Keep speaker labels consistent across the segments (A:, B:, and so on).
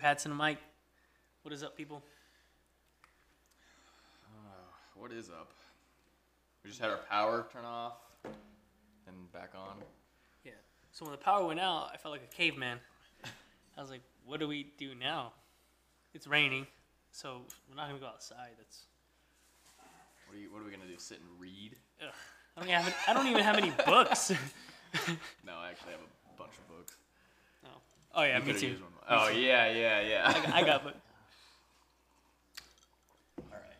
A: Cats and a mic. What is up, people?
B: What is up? We just had our power turn off and back on.
A: Yeah. So when the power went out, I felt like a caveman. I was like, "What do we do now? It's raining, so we're not gonna go outside. That's
B: What are, you, what are we gonna do? Sit and read?
A: ugh. I don't even have I don't even have any books.
B: No, I actually have a bunch of books.
A: oh. oh yeah,
B: You
A: me
B: could've
A: too.
B: used one. Oh yeah, yeah, yeah.
A: I got books.
B: All right.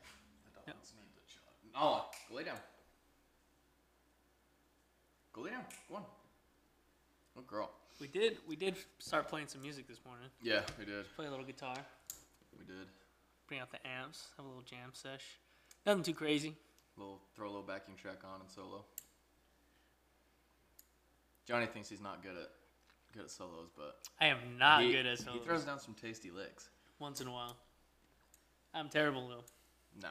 B: The dogs need the shot. Oh, go lay down. Go lay down. Go on. Good girl.
A: We did we did start playing some music this morning.
B: Yeah, we did.
A: Play a little guitar,
B: We did.
A: bring out the amps, have a little jam sesh. Nothing too crazy.
B: Little throw a little backing track on and solo. Johnny thinks he's not good at good at solos, but
A: I am not
B: he,
A: good at
B: he
A: solos.
B: throws down some tasty licks.
A: Once in a while, I'm terrible though.
B: No.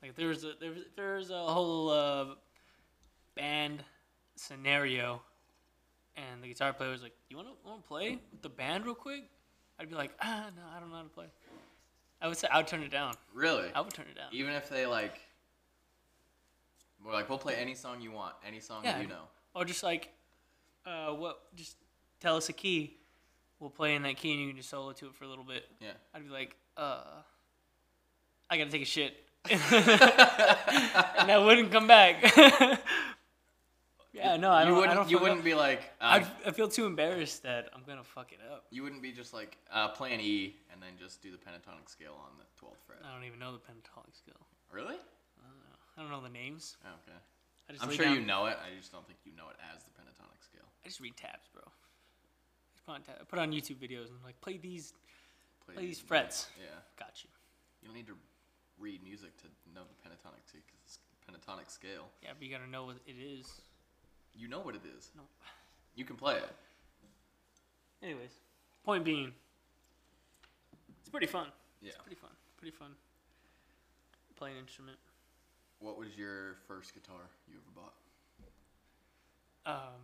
A: Like there was a there was, there was a whole uh, band scenario, and the guitar player was like, "You want to want to play with the band real quick?" I'd be like, "Ah, no, I don't know how to play." I would say I would turn it down.
B: Really?
A: I would turn it down.
B: Even if they like we're like, we'll play any song you want, any song
A: Yeah.
B: you know.
A: Or just like, uh, what? Just tell us a key. We'll play in that key, and you can just solo to it for a little bit.
B: Yeah.
A: I'd be like, uh, I gotta take a shit, and I wouldn't come back. yeah, no, I don't.
B: you
A: I
B: wouldn't
A: don't
B: you
A: fuck up.
B: wouldn't be like um,
A: I'd, I feel too embarrassed that I'm gonna fuck it up.
B: You wouldn't be just like uh, play an E and then just do the pentatonic scale on the twelfth fret.
A: I don't even know the pentatonic scale.
B: Really?
A: I don't know the names.
B: Oh, okay.
A: I just
B: I'm
A: lay
B: sure
A: down-
B: you know it. I just don't think you know it as the pentatonic scale.
A: I just read tabs, bro. I just put on, tab- I put on YouTube videos and I'm like play these. Play these frets.
B: Yeah.
A: Got you.
B: You don't need to read music to know the pentatonic scale. Cause it's pentatonic scale.
A: Yeah, but you gotta know what it is.
B: You know what it is.
A: No.
B: You can play it.
A: Anyways, point being, it's pretty fun.
B: Yeah.
A: It's pretty fun. Pretty fun. Play an instrument.
B: What was your first guitar you ever bought?
A: Um,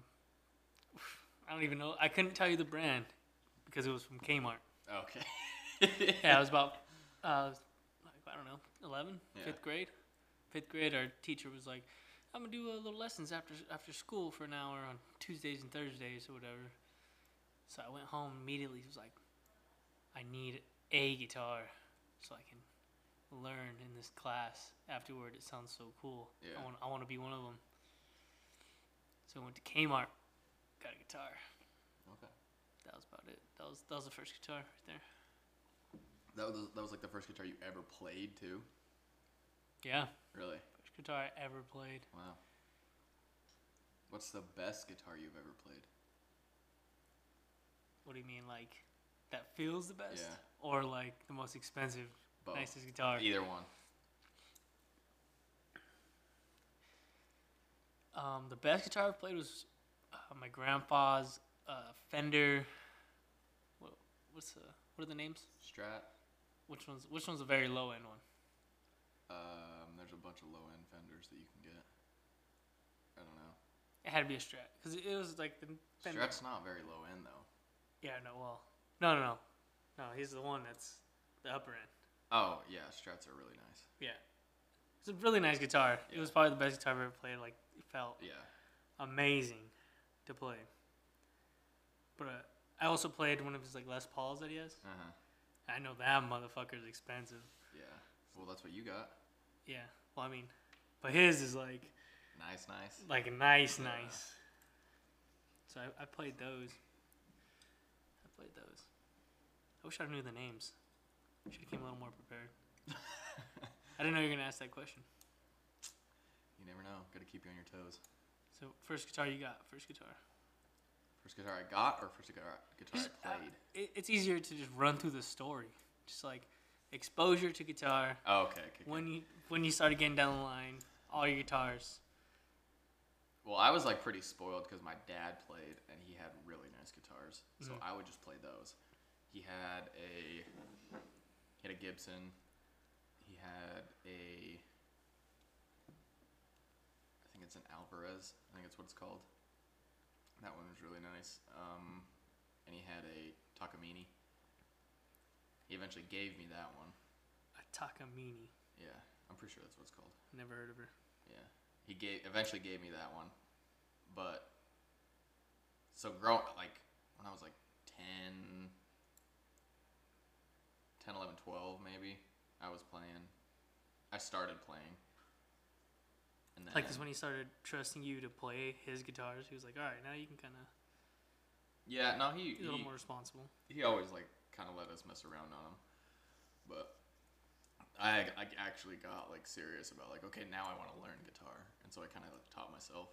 A: I don't even know. I couldn't tell you the brand because it was from Kmart.
B: Okay.
A: Yeah, I was about, uh, like, I don't know, 11,
B: Yeah.
A: fifth grade. Fifth grade, our teacher was like, I'm going to do a little lessons after after school for an hour on Tuesdays and Thursdays or whatever. So I went home immediately. was like, I need a guitar so I can learn in this class afterward. It sounds so cool.
B: Yeah.
A: I want I want to be one of them. So I went to Kmart, got a guitar.
B: Okay.
A: That was about it. That was that was the first guitar right there.
B: That was that was like the first guitar you ever played too.
A: Yeah.
B: Really?
A: First guitar I ever played.
B: Wow. What's the best guitar you've ever played?
A: What do you mean, like that feels the best,
B: Yeah.
A: or like the most expensive,
B: Both.
A: nicest guitar?
B: Either one.
A: Um, the best guitar I've played was uh, my grandpa's uh, Fender. What, what's the, what are the names?
B: Strat.
A: Which one's which one's a very low end one?
B: Um, there's a bunch of low end fenders that you can get. I don't know.
A: It had to be a Strat because it, it was like the Fender.
B: Strat's not very low end though.
A: Yeah, no, well, no, no, no, no. He's the one that's the upper end.
B: Oh yeah, strats are really nice.
A: Yeah, it's a really nice guitar. It
B: Yeah.
A: was probably the best guitar I've ever played. Like it felt
B: Yeah.
A: amazing to play. But uh, I also played one of his like Les Pauls that he has.
B: Uh huh.
A: I know that motherfucker's expensive.
B: Yeah. Well, that's what you got.
A: Yeah, well I mean, but his is like
B: Nice, nice.
A: like nice,
B: Yeah.
A: nice. So I, I played those. I played those. I wish I knew the names. Should have came a little more prepared. I didn't know you were gonna ask that question.
B: You never know. Got to keep you on your toes.
A: So first guitar you got, first guitar.
B: First guitar I got, or first guitar guitar
A: Just,
B: I
A: uh,
B: played.
A: it, it's easier to just run through the story, just like exposure to guitar.
B: Oh, okay. okay, okay.
A: when you when you started getting down the line, all your guitars.
B: Well, I was like pretty spoiled because my dad played and he had really nice guitars, so
A: Mhm.
B: I would just play those. He had a he had a Gibson. He had a I think it's an Alvarez. I think that's what it's called. That one was really nice. Um, and he had a Takamine. He eventually gave me that one.
A: A Takamini.
B: Yeah, I'm pretty sure that's what it's called.
A: Never heard of her.
B: Yeah, he gave eventually gave me that one, but so grow like when I was like 10, 10, 11, 12 maybe I was playing. I started playing. And
A: Like this when he started trusting you to play his guitars, he was like, "All right, now you can kind of
B: Yeah, no, he
A: be a little
B: he,
A: more responsible."
B: he always like kind of let us mess around on him, but I, I actually got like serious about like okay now I want to learn guitar, and so I kind of like taught myself.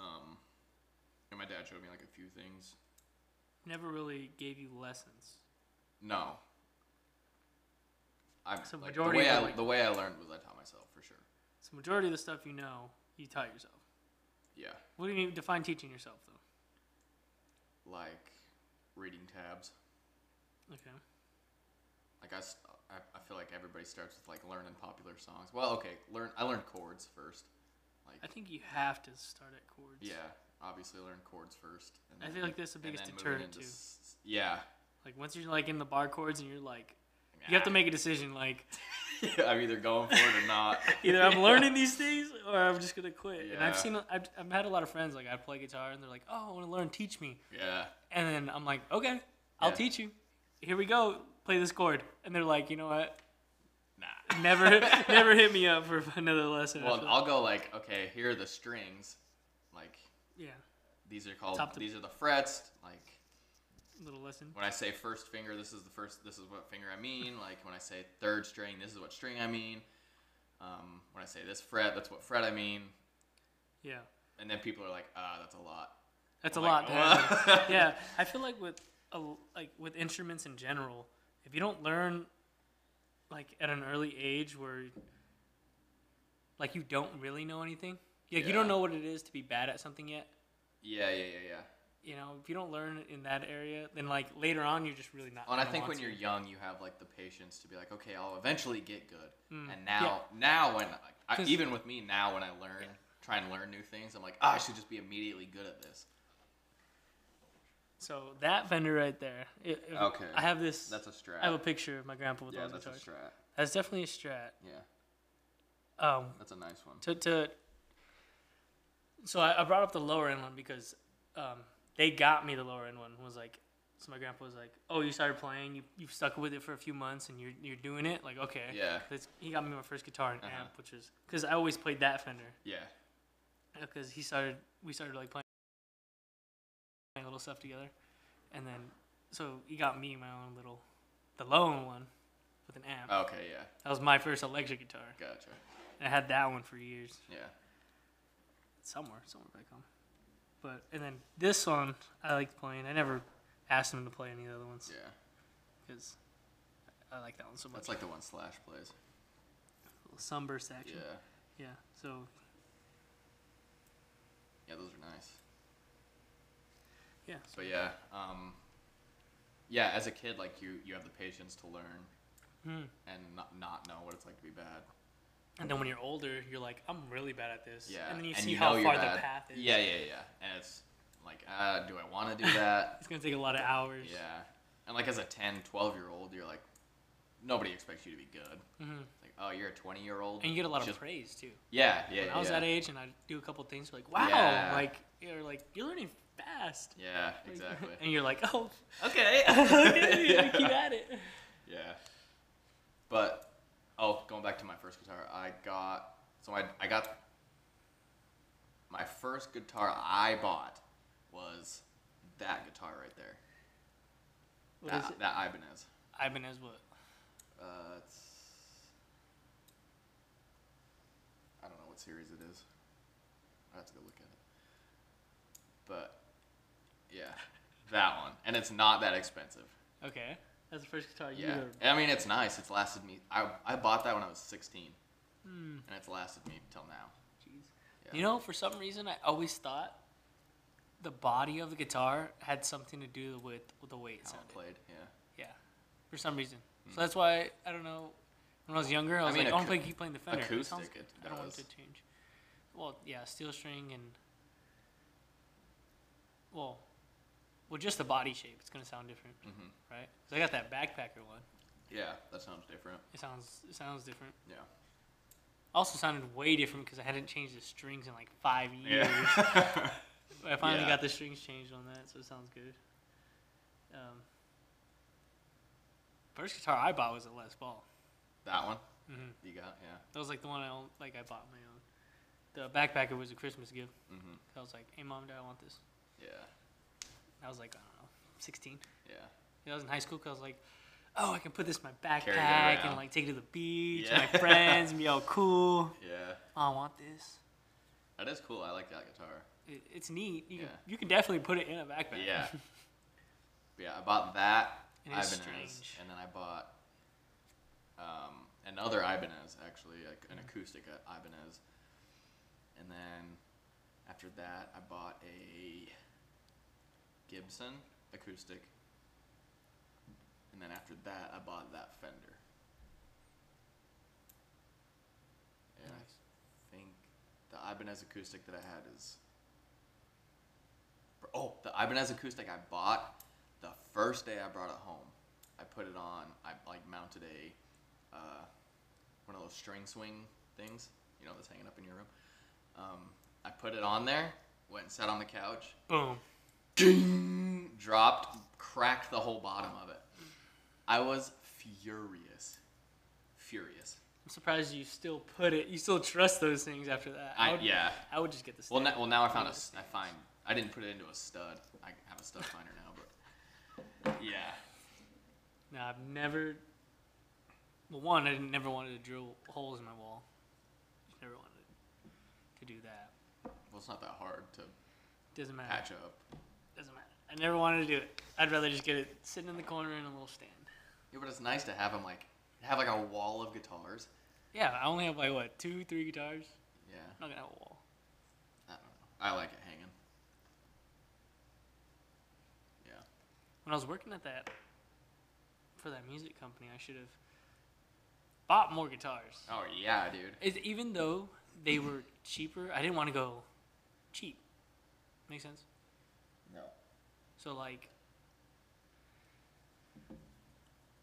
B: Um, and my dad showed me like a few things.
A: Never really gave you lessons.
B: No. I
A: So
B: like,
A: majority
B: the way
A: of
B: I
A: it, like-
B: the way I learned was I taught myself for sure.
A: So majority of the stuff you know, you taught yourself.
B: Yeah,
A: What do you mean define teaching yourself though?
B: like reading tabs.
A: Okay.
B: Like I, s- I- I feel like everybody starts with like learning popular songs. Well, okay, learn I learned chords first. Like
A: I think you have to start at chords.
B: Yeah, obviously learn chords first. And
A: I feel like that's the
B: and
A: biggest
B: then moving
A: deterrent,
B: into
A: too.
B: s- yeah.
A: Like once you're like in the bar chords and you're like, you have to make a decision. Like
B: I'm either going for it or not.
A: either I'm learning these things or I'm just gonna quit. And I've
B: Yeah.
A: seen, I've, I've had a lot of friends like I play guitar and they're like, "Oh, I want to learn, teach me."
B: Yeah.
A: And then I'm like, "Okay, I'll
B: Yeah.
A: teach you. Here we go, play this chord." And they're like, "You know what?
B: Nah.
A: Never, never hit me up for another lesson."
B: Well,
A: after that."
B: I'll go like, okay, here are the strings. Like
A: yeah,
B: these are called
A: Top to-
B: these are the frets. Like
A: little lesson.
B: when I say first finger, this is the first. This is what finger I mean. Like when I say third string, this is what string I mean. Um, when I say this fret, that's what fret I mean.
A: Yeah,
B: And then people are like, ah, that's a lot.
A: that's
B: I'm
A: a lot.
B: like,
A: to handle.
B: "What?"
A: yeah, I feel like with a, like with instruments in general, if you don't learn like at an early age where like you don't really know anything, like you don't
B: Yeah.
A: know what it is to be bad at something yet.
B: yeah, yeah, yeah, yeah.
A: You know, if you don't learn in that area, then like later on you're just really not.
B: Well, and I
A: gonna
B: think
A: want
B: when
A: to.
B: you're young, you have like the patience to be like, okay, I'll eventually get good.
A: Mm,
B: And now, now when I,
A: 'Cause-
B: even with me now, when I learn,
A: Yeah.
B: try and learn new things, I'm like, ah, I should just be immediately good at this.
A: so that vendor right there. It, it-
B: Okay.
A: I have this.
B: That's a strat.
A: I have a picture of my grandpa with
B: yeah,
A: all the
B: that's a
A: guitars.
B: strat.
A: That's definitely a strat.
B: Yeah,
A: Um,
B: that's a nice one.
A: to, to so I, I brought up the lower end one because um, they got me the lower end one was like so my grandpa was like oh you started playing you, you've stuck with it for a few months and you're, you're doing it like okay
B: Yeah,
A: That's- he got me my first guitar and
B: Uh-huh.
A: amp which is because i always played that fender
B: yeah,
A: because Oh, he started we started like playing, playing little stuff together and then so he got me my own little the low end one with an amp
B: okay, yeah,
A: that was my first electric guitar
B: gotcha.
A: and i had that one for years
B: Yeah,
A: somewhere, somewhere back home. But and then this one I liked playing. I never asked him to play any of the other ones
B: yeah.
A: because I like that one so much.
B: That's like the one Slash plays.
A: Little sunburst action.
B: Yeah,
A: Yeah. So
B: yeah, those are nice.
A: yeah.
B: But yeah, um, yeah, as a kid, like you, you have the patience to learn
A: Mm.
B: and not, not know what it's like to be bad.
A: And then when you're older, you're like, I'm really bad at this.
B: Yeah,
A: And then you see how
B: know you're
A: far
B: bad.
A: the path is.
B: Yeah, yeah, yeah. And it's like, uh, do I want to do that?
A: It's gonna take a lot of hours.
B: yeah. And like as a 10, 12 year old, you're like, nobody expects you to be good.
A: hmm
B: Like, oh, you're a 20 year old.
A: And you get a lot
B: Just,
A: of praise too.
B: yeah, yeah,
A: When I was
B: yeah.
A: that age, and I do a couple things like, wow,
B: Yeah.
A: like you're like you're learning fast.
B: Yeah,
A: Like-
B: exactly.
A: and you're like, oh,
B: okay.
A: okay,
B: yeah.
A: keep at it.
B: Yeah. But oh, going back to my first guitar, I got so I I got my first guitar I bought was that guitar right there.
A: What
B: that,
A: is it?
B: that Ibanez.
A: Ibanez what?
B: Uh, it's I don't know what series it is. I have to go look at it. But yeah, that one, and it's not that expensive.
A: Okay. That's the first guitar you
B: Yeah,
A: ever-
B: I mean it's nice. It's lasted me. I I bought that when I was 16,
A: Hmm.
B: and it's lasted me till now.
A: Jeez.
B: Yeah.
A: You know, for some reason, I always thought the body of the guitar had something to do with, with the way it
B: how
A: sounded.
B: it played. Yeah.
A: Yeah. For some reason. So that's why, I don't know, when I was younger, I was
B: mean,
A: like, I want
B: acou-
A: to play, keep playing the Fender. It sounds-
B: acoustic, it
A: I don't want it
B: does.
A: to change. Well, yeah, steel string and. Well, Well, just the body shape. It's gonna sound different,
B: Mhm.
A: right? 'Cause I got that backpacker one.
B: Yeah, that sounds different.
A: It sounds it sounds different.
B: Yeah.
A: Also sounded way different because I hadn't changed the strings in like five years.
B: Yeah.
A: But I finally
B: Yeah.
A: got the strings changed on that, so it sounds good. Um, first guitar I bought was a Les Paul.
B: that one
A: hmm
B: you got, yeah.
A: That was like the one I own, like I bought my own. The backpacker was a Christmas gift.
B: Mhm.
A: I was like, "Hey mom, dad, I want this."
B: Yeah.
A: I was like, I don't know, 16.
B: Yeah.
A: I was in high school 'cause I was like, "Oh, I can put this in my backpack
B: around.
A: and like take it to the beach with
B: Yeah.
A: my friends and be all cool."
B: Yeah.
A: Oh, I want this.
B: That is cool. I like that guitar.
A: It, it's neat. You,
B: Yeah.
A: can, you can definitely put it in a backpack.
B: Yeah. yeah, I bought that
A: It is
B: Ibanez,
A: strange.
B: and then I bought um, another Ibanez actually, like an acoustic uh, Ibanez. And then after that, I bought a Gibson acoustic. And then after that, I bought that Fender. And
A: Nice.
B: I think the Ibanez acoustic that I had is. Oh, the Ibanez acoustic I bought the first day I brought it home. I put it on. I like mounted a uh, one of those string swing things, you know, that's hanging up in your room. Um, I put it on there. Went and sat on the couch.
A: Boom.
B: Ding! Dropped, cracked the whole bottom of it. I was furious, furious.
A: I'm surprised you still put it. You still trust those things after that.
B: I,
A: would,
B: yeah.
A: I would just get the.
B: Well,
A: stand.
B: now, well, now I found a.
A: Yeah,
B: s- I find I didn't put it into a stud. I have a stud finder now, but yeah,
A: No, I've never. Well, one, I didn't, never wanted to drill holes in my wall. Just Never wanted to do that.
B: well, it's not that hard to
A: Doesn't matter.
B: patch up.
A: Doesn't matter. I never wanted to do it. I'd rather just get it sitting in the corner in a little stand.
B: Yeah, but it's nice to have them like have like a wall of guitars.
A: Yeah, I only have like what two, three guitars.
B: Yeah,
A: I'm not gonna have a wall.
B: I don't know. I like it hanging. Yeah.
A: When I was working at that for that music company, I should have bought more guitars.
B: Oh yeah, dude.
A: Is even though they were cheaper, I didn't want to go cheap. Make sense?
B: No.
A: So like,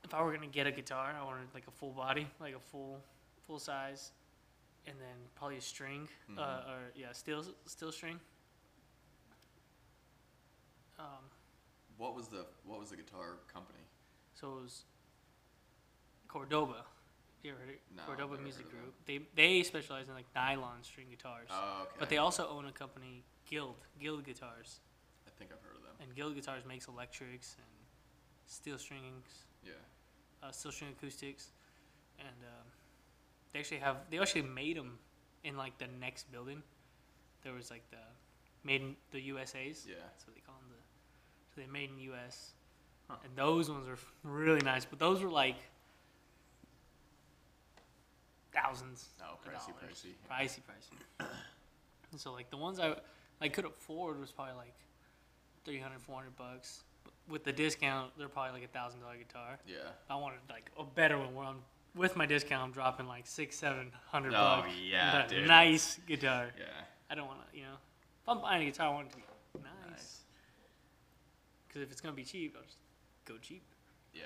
A: if I were gonna get a guitar, I wanted like a full body, like a full, full size, and then probably a string,
B: Mhm.
A: uh, or yeah, steel steel string. Um,
B: What was the what was the guitar company?
A: so it was Cordoba. You ever heard of
B: No, I've
A: Cordoba
B: never
A: Music
B: heard of
A: Group? They they specialize in like nylon string guitars,
B: Oh, okay.
A: but they also own a company, Guild Guild Guitars,
B: I think I've heard of them.
A: and Guild Guitars makes electrics and steel strings.
B: Yeah.
A: uh, Steel String Acoustics, and um, they actually have they actually made them in like the next building. There was like the made in the USA's,
B: Yeah.
A: so they call them the so they made in US,
B: Huh.
A: and those ones are really nice. But those were like thousands.
B: Oh,
A: of
B: pricey,
A: dollars.
B: pricey.
A: pricey, pricey. and so like the ones I I could afford was probably like 300, 400 bucks. But With the discount, they're probably like a thousand dollar guitar.
B: Yeah.
A: I wanted like a better one where I'm with my discount I'm dropping like six, seven hundred
B: Oh,
A: bucks.
B: yeah,
A: That
B: dude.
A: Nice guitar.
B: Yeah.
A: I don't want to, you know, if I'm buying a guitar, I want it to be nice.
B: Nice.
A: Because if it's gonna be cheap, I'll just go cheap.
B: Yeah.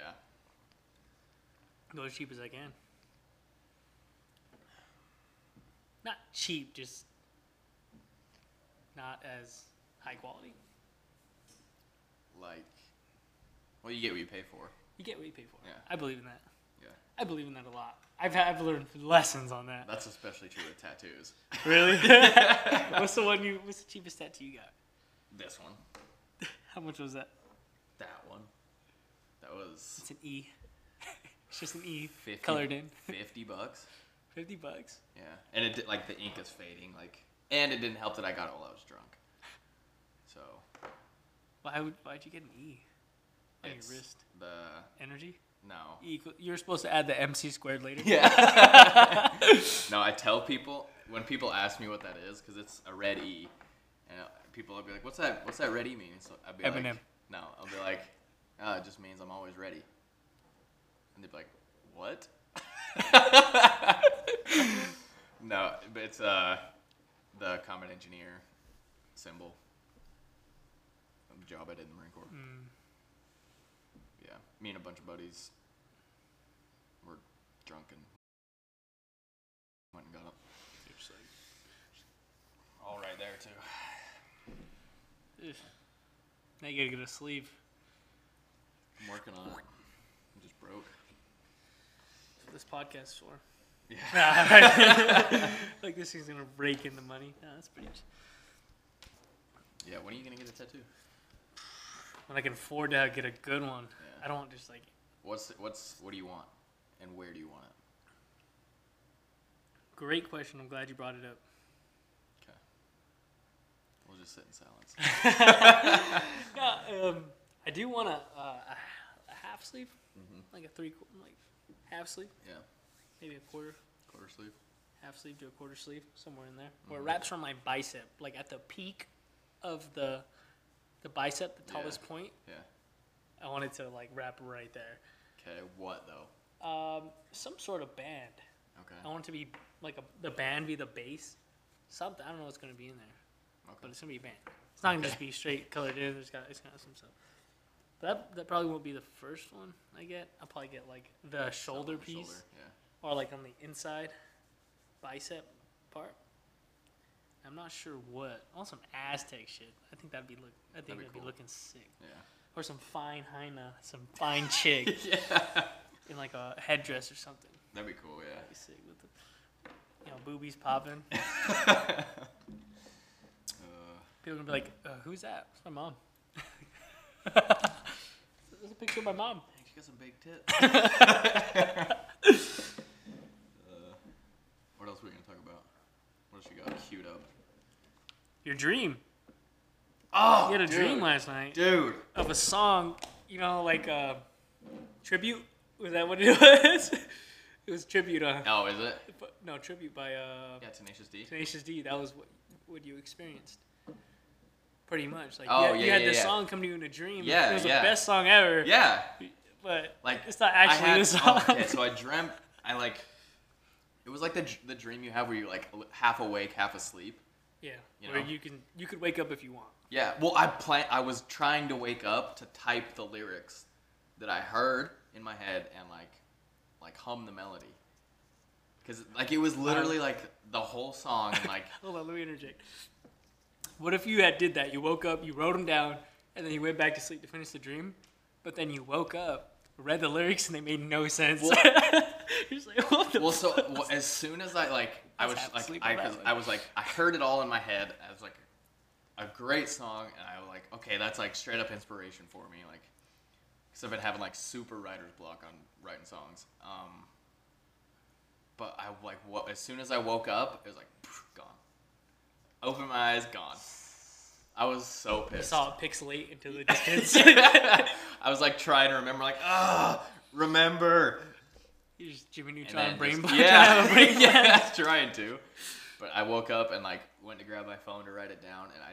A: Go as cheap as I can. Not cheap, just not as high quality.
B: Like. Well, you get what you pay for.
A: You get what you pay for.
B: Yeah.
A: I believe in that.
B: Yeah.
A: I believe in that a lot. I've I've learned lessons on that.
B: That's especially true with tattoos.
A: Really? what's the one you? What's the cheapest tattoo you got?
B: This one.
A: How much was that?
B: That one. That was
A: It's an E. it's just an E
B: 50,
A: colored in.
B: fifty bucks.
A: Fifty bucks.
B: Yeah, and it did, like the ink is fading. Like, and it didn't help that I got it while I was drunk. So
A: Why would why'd you get an E? On your
B: it's
A: wrist.
B: The
A: Energy?
B: no.
A: E equal, you're supposed to add the MC squared later.
B: Yeah. no, I tell people when people ask me what that is because it's a red E, and uh, people will be like, "What's that? What's that red E mean?" So I'd be like,
A: Eminem.
B: "No," I'll be like, oh, "It just means I'm always ready." And they'd be like, "What?" no, but it's uh, the common engineer symbol. job I did in the Marine Corps.
A: Mm.
B: Yeah, me and a bunch of buddies were drunk and went and got up.
C: You're just like,
B: All right, there too.
A: Ugh. Now you gotta get a sleeve.
B: I'm working on it. I'm just broke.
A: That's what this podcast is for.
B: Yeah.
A: like this thing's gonna rake in the money. Nah, that's pretty. much-
B: Yeah. When are you gonna get a tattoo?
A: When I can afford to get a good one,
B: Yeah.
A: I don't want just like
B: What's what's what do you want, and where do you want it?
A: Great question. I'm glad you brought it up.
B: Okay. We'll just sit in silence.
A: Yeah, um, I do want a, uh, a a half sleeve,
B: Mhm.
A: like a three, qu- like half sleeve,
B: yeah.
A: maybe a quarter
B: Quarter sleeve.
A: half sleeve to a quarter sleeve, somewhere in there, where it
B: Mhm.
A: wraps around my bicep, like at the peak of the the bicep, the
B: Yeah.
A: tallest point.
B: Yeah.
A: I want it to like wrap right there.
B: Okay. What though?
A: Um, some sort of band.
B: Okay.
A: I want it to be like a the band be the base. Something I don't know what's gonna be in there. but
B: Okay.
A: it's gonna be a band. It's not gonna just be straight colored in. There's got it's gonna have some stuff. That that probably won't be the first one I get. I'll probably get like the shoulder
B: Shoulder,
A: piece
B: shoulder, Yeah.
A: or like on the inside bicep part. I'm not sure what. On some Aztec shit. I think that'd be look. I think
B: That'd
A: that'd,
B: be
A: be,
B: cool.
A: looking sick.
B: Yeah.
A: Or some fine hyena, some fine chick in like a headdress or something.
B: That'd be cool. Yeah.
A: That'd be sick with the, you know, boobies popping.
B: Uh,
A: People are gonna be like, uh, "Who's that?" It's my mom. There's a picture of my mom.
B: she got some big tits. uh, what else are we gonna talk about? What else you got queued up?
A: Your dream.
B: Oh,
A: You had a
B: dude,
A: dream last night
B: dude.
A: of a song, you know, like uh, tribute. Was that what it was? it was tribute. Uh,
B: Oh, is it?
A: but- no tribute by uh,
B: Yeah, Tenacious D.
A: Tenacious D. That was what what you experienced. Pretty much, like
B: Oh,
A: you had, you
B: yeah,
A: had
B: yeah,
A: this
B: yeah.
A: song come to you in a dream.
B: Yeah,
A: it was
B: yeah.
A: the best song ever.
B: Yeah,
A: but
B: like
A: it's not
B: I
A: actually
B: had-
A: the song.
B: oh, okay, so I dreamt. I like. It was like the dr- the dream you have where you like l- half awake, half asleep.
A: yeah,
B: You
A: where
B: know.
A: you can you could wake up if you want.
B: Yeah. Well, I plan. I was trying to wake up to type the lyrics that I heard in my head and like, like hum the melody. Cause like it was
A: Um,
B: literally like the whole song and like
A: Hold on, let me interject. What if you had did that? You woke up, you wrote them down, and then you went back to sleep to finish the dream, but then you woke up, read the lyrics, and they made no sense.
B: Well-
A: You're just like, what the
B: well so well, as soon as I like I was
A: Let's have
B: like
A: sleep
B: I,
A: on that
B: 'cause
A: one.
B: I was like I heard it all in my head I was like a great song and I was like okay that's like straight up inspiration for me like because I've been having like super writer's block on writing songs um but I like what as soon as I woke up it was like gone open my eyes gone I was so
A: I
B: pissed
A: saw it pixelate into the distance.
B: I was like trying to remember like ah remember
A: You're just Jimmy
B: and
A: Neutron
B: then
A: brain
B: just-
A: block.
B: Yeah,
A: brain block.
B: yeah, trying to. But I woke up and like went to grab my phone to write it down, and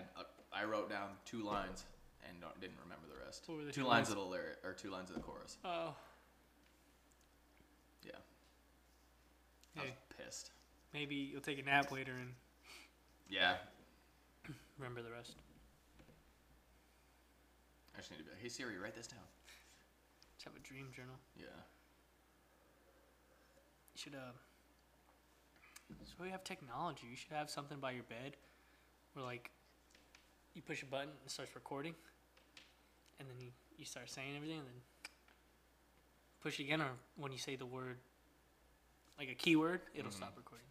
B: I I wrote down two lines and don't, didn't remember the rest.
A: What were the
B: two
A: two
B: lines of the lyric or two lines of the chorus.
A: Oh,
B: Yeah, I
A: yeah,
B: was pissed.
A: maybe you'll take a nap later and
B: Yeah,
A: remember the rest.
B: I just need to be like, hey Siri, write this down.
A: Just have a dream journal.
B: Yeah,
A: You should uh so we have technology. You should have something by your bed where like you push a button and it starts recording and then you, you start saying everything and then push again or when you say the word like a keyword, it'll
B: Mhm.
A: stop recording.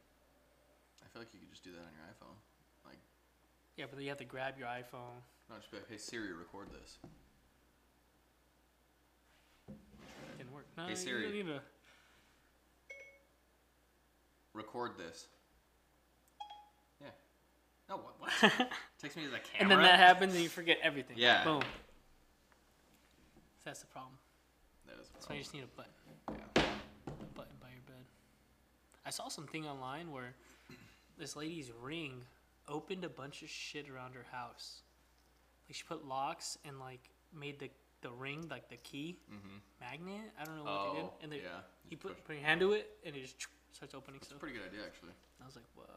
B: I feel like you could just do that on your iPhone.
A: Yeah, but then you have to grab your iPhone.
B: No, just be like, hey Siri, record this.
A: Didn't work. No,
B: Hey,
A: you
B: Siri.
A: don't need to-
B: Record this. Yeah. No, what? what? Takes me to the camera.
A: And then that happens and you forget everything.
B: Yeah.
A: Boom. That's the problem.
B: That is a
A: That's why you
B: problem.
A: just need a button.
B: Yeah.
A: button by your bed. I saw something online where this lady's ring opened a bunch of shit around her house. Like she put locks and like made the the ring like the key
B: Mhm.
A: magnet. I don't know what they did.
B: Oh,
A: And they,
B: yeah.
A: you
B: push-
A: put put your hand to it and it just starts opening
B: It's a
A: stuff.
B: pretty good idea, actually.
A: I was like, whoa,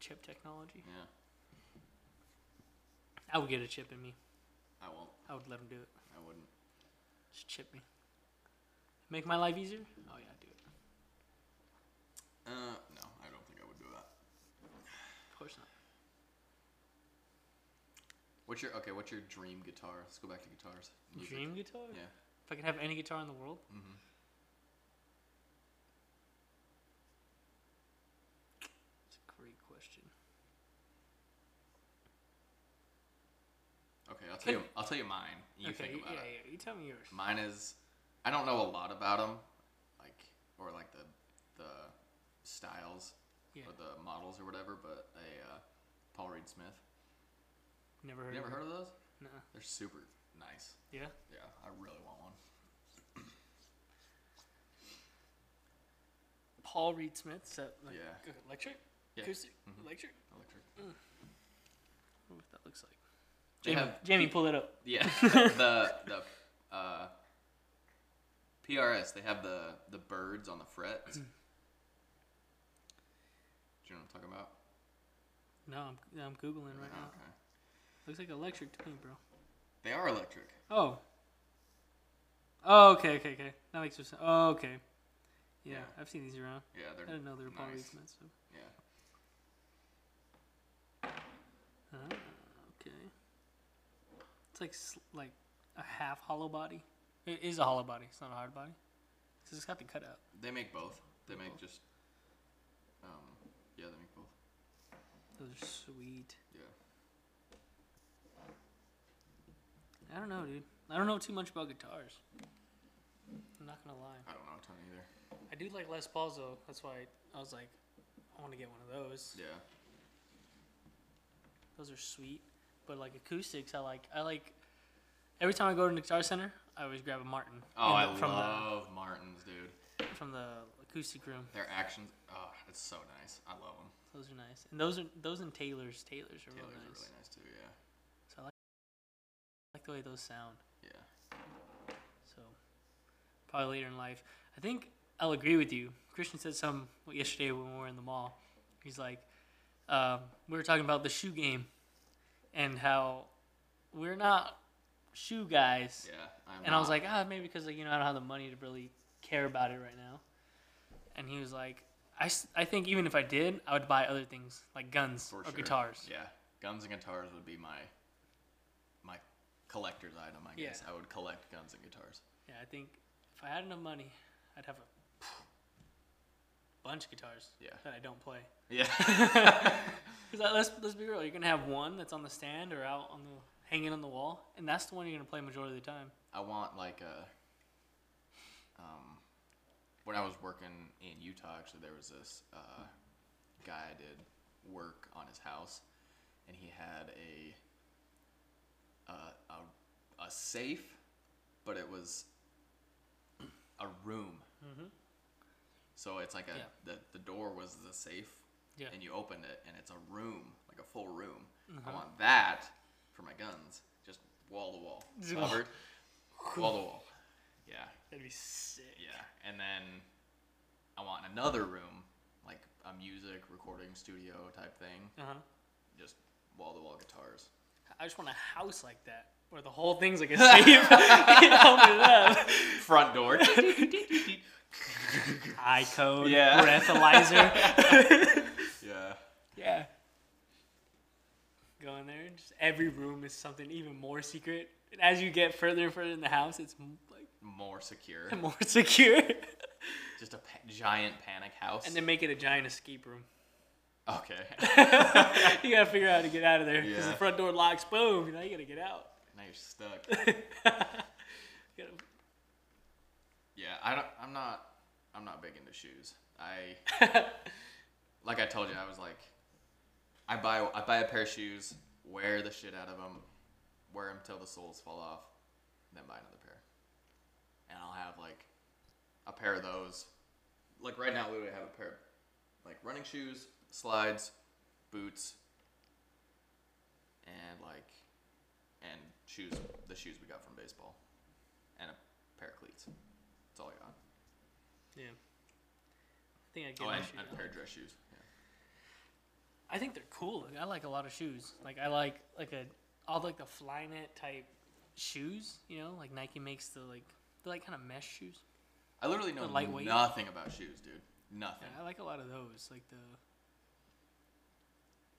A: chip technology.
B: Yeah.
A: I would get a chip in me.
B: I won't.
A: I would let him do it.
B: I wouldn't.
A: Just chip me. Make my life easier? Oh yeah, do it.
B: Uh, no, I don't think I would do that.
A: Of course not.
B: What's your okay? What's your dream guitar? Let's go back to guitars. Music.
A: Dream guitar?
B: Yeah.
A: If I could have any guitar in the world,
B: Mm-hmm.
A: it's a great question.
B: Okay, I'll tell you. I'll tell you mine. You
A: okay,
B: think about
A: yeah,
B: it.
A: yeah. You tell me yours.
B: Mine is, I don't know a lot about them, like or like the the styles
A: Yeah.
B: or the models or whatever. But a uh, Paul Reed Smith.
A: Never heard.
B: You
A: of
B: ever
A: it.
B: heard of those?
A: No.
B: They're super nice.
A: Yeah.
B: Yeah, I really want one.
A: Paul Reed Smith. Is that like g-
B: Yeah.
A: electric?
B: Yeah.
A: Acoustic?
B: Mhm.
A: Electric?
B: Electric.
A: I wonder what that looks like.
B: They
A: Jamie,
B: have-
A: Jamie, pull it up.
B: Yeah. the the uh, PRS. They have the the birds on the frets. Do you know what I'm talking about?
A: No, I'm, I'm googling right now.
B: Okay.
A: Looks like electric to me, bro.
B: They are electric.
A: Oh. Oh, okay, okay, okay. That makes sense. Oh, okay. Yeah,
B: Yeah.
A: I've seen these around.
B: Yeah,
A: I
B: they're
A: didn't know they were Paul Reed
B: nice.
A: Smith. So.
B: yeah.
A: Ah, okay. It's like s- like a half hollow body. It is a hollow body. It's not a hard body. 'Cause it's got the cutout.
B: They make both. They make
A: Both.
B: just. Um, yeah, they make both.
A: Those are sweet.
B: Yeah.
A: I don't know, dude. I don't know too much about guitars. I'm not gonna lie.
B: I don't know a ton either.
A: I do like Les Pauls though. That's why I was like, I want to get one of those.
B: Yeah.
A: Those are sweet. But like acoustics, I like. I like. Every time I go to the guitar center, I always grab a Martin.
B: Oh,
A: in
B: I
A: the- from
B: love Martins, dude.
A: the from the acoustic room.
B: Their actions. Oh, it's so nice. I love them.
A: Those are nice. And those are those and Taylors. Taylors are
B: Taylors
A: real
B: are
A: nice.
B: really nice too. Yeah.
A: So I like, I like the way those sound.
B: Yeah.
A: So probably later in life, I think I'll agree with you. Christian said some yesterday when we were in the mall. He's like, um, we were talking about the shoe game, and how we're not shoe guys.
B: Yeah. I'm
A: And I was
B: not-
A: like, ah, maybe because like, you know I don't have the money to really care about it right now. And he was like, I, s- I think even if I did, I would buy other things like guns
B: For
A: or
B: sure.
A: guitars.
B: Yeah, guns and guitars would be my my collector's item. I
A: Yeah.
B: guess I would collect guns and guitars.
A: Yeah, I think if I had enough money, I'd have a bunch of guitars
B: Yeah.
A: that I don't play.
B: Yeah.
A: Because uh, let's let's be real, you're gonna have one that's on the stand or out on the hanging on the wall, and that's the one you're gonna play majority of the time.
B: I want like a um when I was working in Utah actually there was this uh guy I did work on his house and he had a a a, a safe but it was a room. So it's like a
A: Yeah.
B: the, the door was the safe
A: Yeah.
B: and you opened it and it's a room, like a full room. I
A: Uh-huh.
B: want that for my guns. Just wall to wall.
A: Just wall-
B: Covered. wall to wall. Yeah.
A: That'd be sick.
B: Yeah. And then I want another room, like a music recording studio type thing.
A: Uh huh.
B: Just wall to wall guitars.
A: I just want a house like that where the whole thing's like a safe. You know, open
B: Front door.
A: it up. Eye code.
B: Yeah.
A: Breathalyzer.
B: yeah.
A: yeah. Go in there. and Just every room is something even more secret. And as you get further and further in the house, it's m- like
B: More secure.
A: more secure.
B: Just a pa- giant panic house.
A: and then make it a giant escape room.
B: okay.
A: you gotta figure out how to get out of there because
B: Yeah.
A: the front door locks. Boom! Now you gotta get out.
B: now you're stuck.
A: You gotta-
B: Yeah, I don't. I'm not. I'm not big into shoes. I like I told you, I was like, I buy I buy a pair of shoes, wear the shit out of them, wear them till the soles fall off, then buy another pair. And I'll have like a pair of those. Like right now, we would have a pair of like running shoes, slides, boots, and like and shoes. The shoes we got from baseball, and a pair of cleats. That's all I got.
A: yeah. I think I get
B: Oh,
A: my
B: and,
A: shoe
B: and a
A: out.
B: pair of dress shoes. Yeah.
A: I think they're cool. Like, I like a lot of shoes. Like I like like a all like the Flynet type shoes, you know, like Nike makes the like the like kind of mesh shoes.
B: I literally know
A: The lightweight.
B: nothing about shoes, dude. Nothing.
A: Yeah, I like a lot of those, like the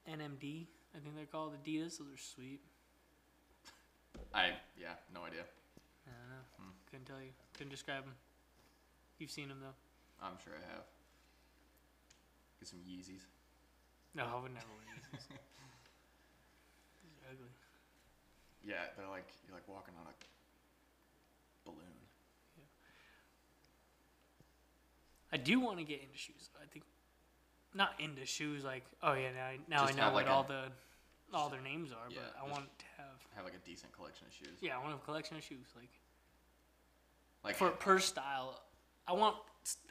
A: NMD. I think they're called Adidas. Those are sweet.
B: I yeah, no idea.
A: I don't know.
B: Hmm.
A: Couldn't tell you. Couldn't describe them. You've seen them though.
B: I'm sure I have. Get some Yeezys.
A: No, I would never wear these. These are ugly.
B: Yeah, they're like you're like walking on a balloon.
A: I do want to get into shoes. I think not into shoes. Like oh yeah, now I, now I
B: Just
A: know
B: have,
A: what
B: like,
A: all
B: a-
A: the all their names are.
B: Yeah,
A: but I
B: just-
A: want to have
B: Have like a decent collection of shoes.
A: yeah, I want to have a collection of shoes. Like
B: Like
A: for per style, I want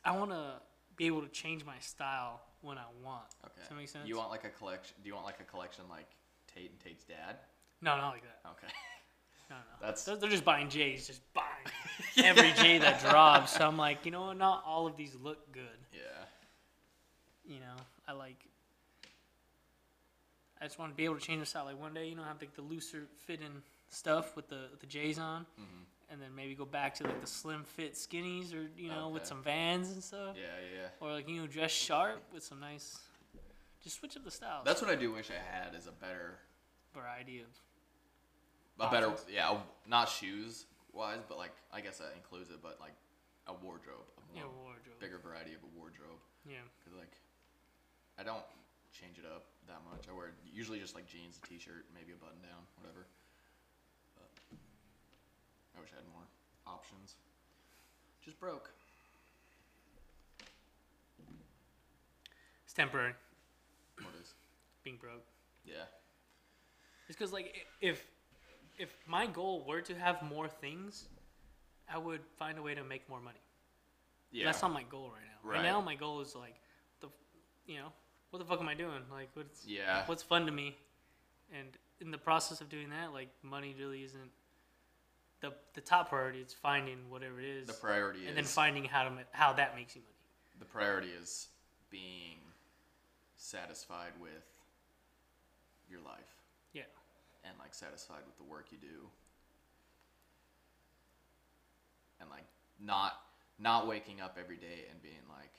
A: I want to be able to change my style when I want.
B: okay.
A: Does that make sense?
B: You want like a collection? Do you want like a collection like Tate and Tate's dad?
A: No, not like that.
B: Okay.
A: No, no.
B: That's-
A: they're, they're just buying J's, just buying every J that drops. So I'm like, you know, what, not all of these look good.
B: Yeah.
A: You know, I like. I just want to be able to change the style. Like one day, you know, have like the looser fitting stuff with the with the J's on,
B: Mhm.
A: and then maybe go back to like the slim fit skinnies, or you know, with
B: Okay.
A: some Vans and stuff,
B: Yeah, yeah, yeah.
A: or like you know, dress sharp with some nice. Just switch up the style.
B: That's what I do wish I had is a better,
A: variety of.
B: a better,
A: Options.
B: yeah, not shoes wise, but like I guess that includes it, but like a wardrobe, a
A: You know,
B: more
A: wardrobe.
B: bigger variety of a wardrobe.
A: Yeah.
B: Cause like, I don't change it up that much. I wear usually just like jeans, a t-shirt, maybe a button down, whatever. But I wish I had more options. Just broke.
A: It's temporary.
B: What is?
A: Being broke.
B: Yeah.
A: It's because like i- if if my goal were to have more things, I would find a way to make more money.
B: Yeah.
A: That's not my goal right now. Right.
B: Right.
A: now my goal is like the you know, what the fuck am I doing? Like what's
B: yeah.
A: what's fun to me? And in the process of doing that, like money really isn't the the top priority. It's finding whatever it is
B: The priority
A: and
B: is
A: then finding how to ma- how that makes you money.
B: the priority is being satisfied with your life
A: Yeah.
B: and like satisfied with the work you do and like not not waking up every day and being like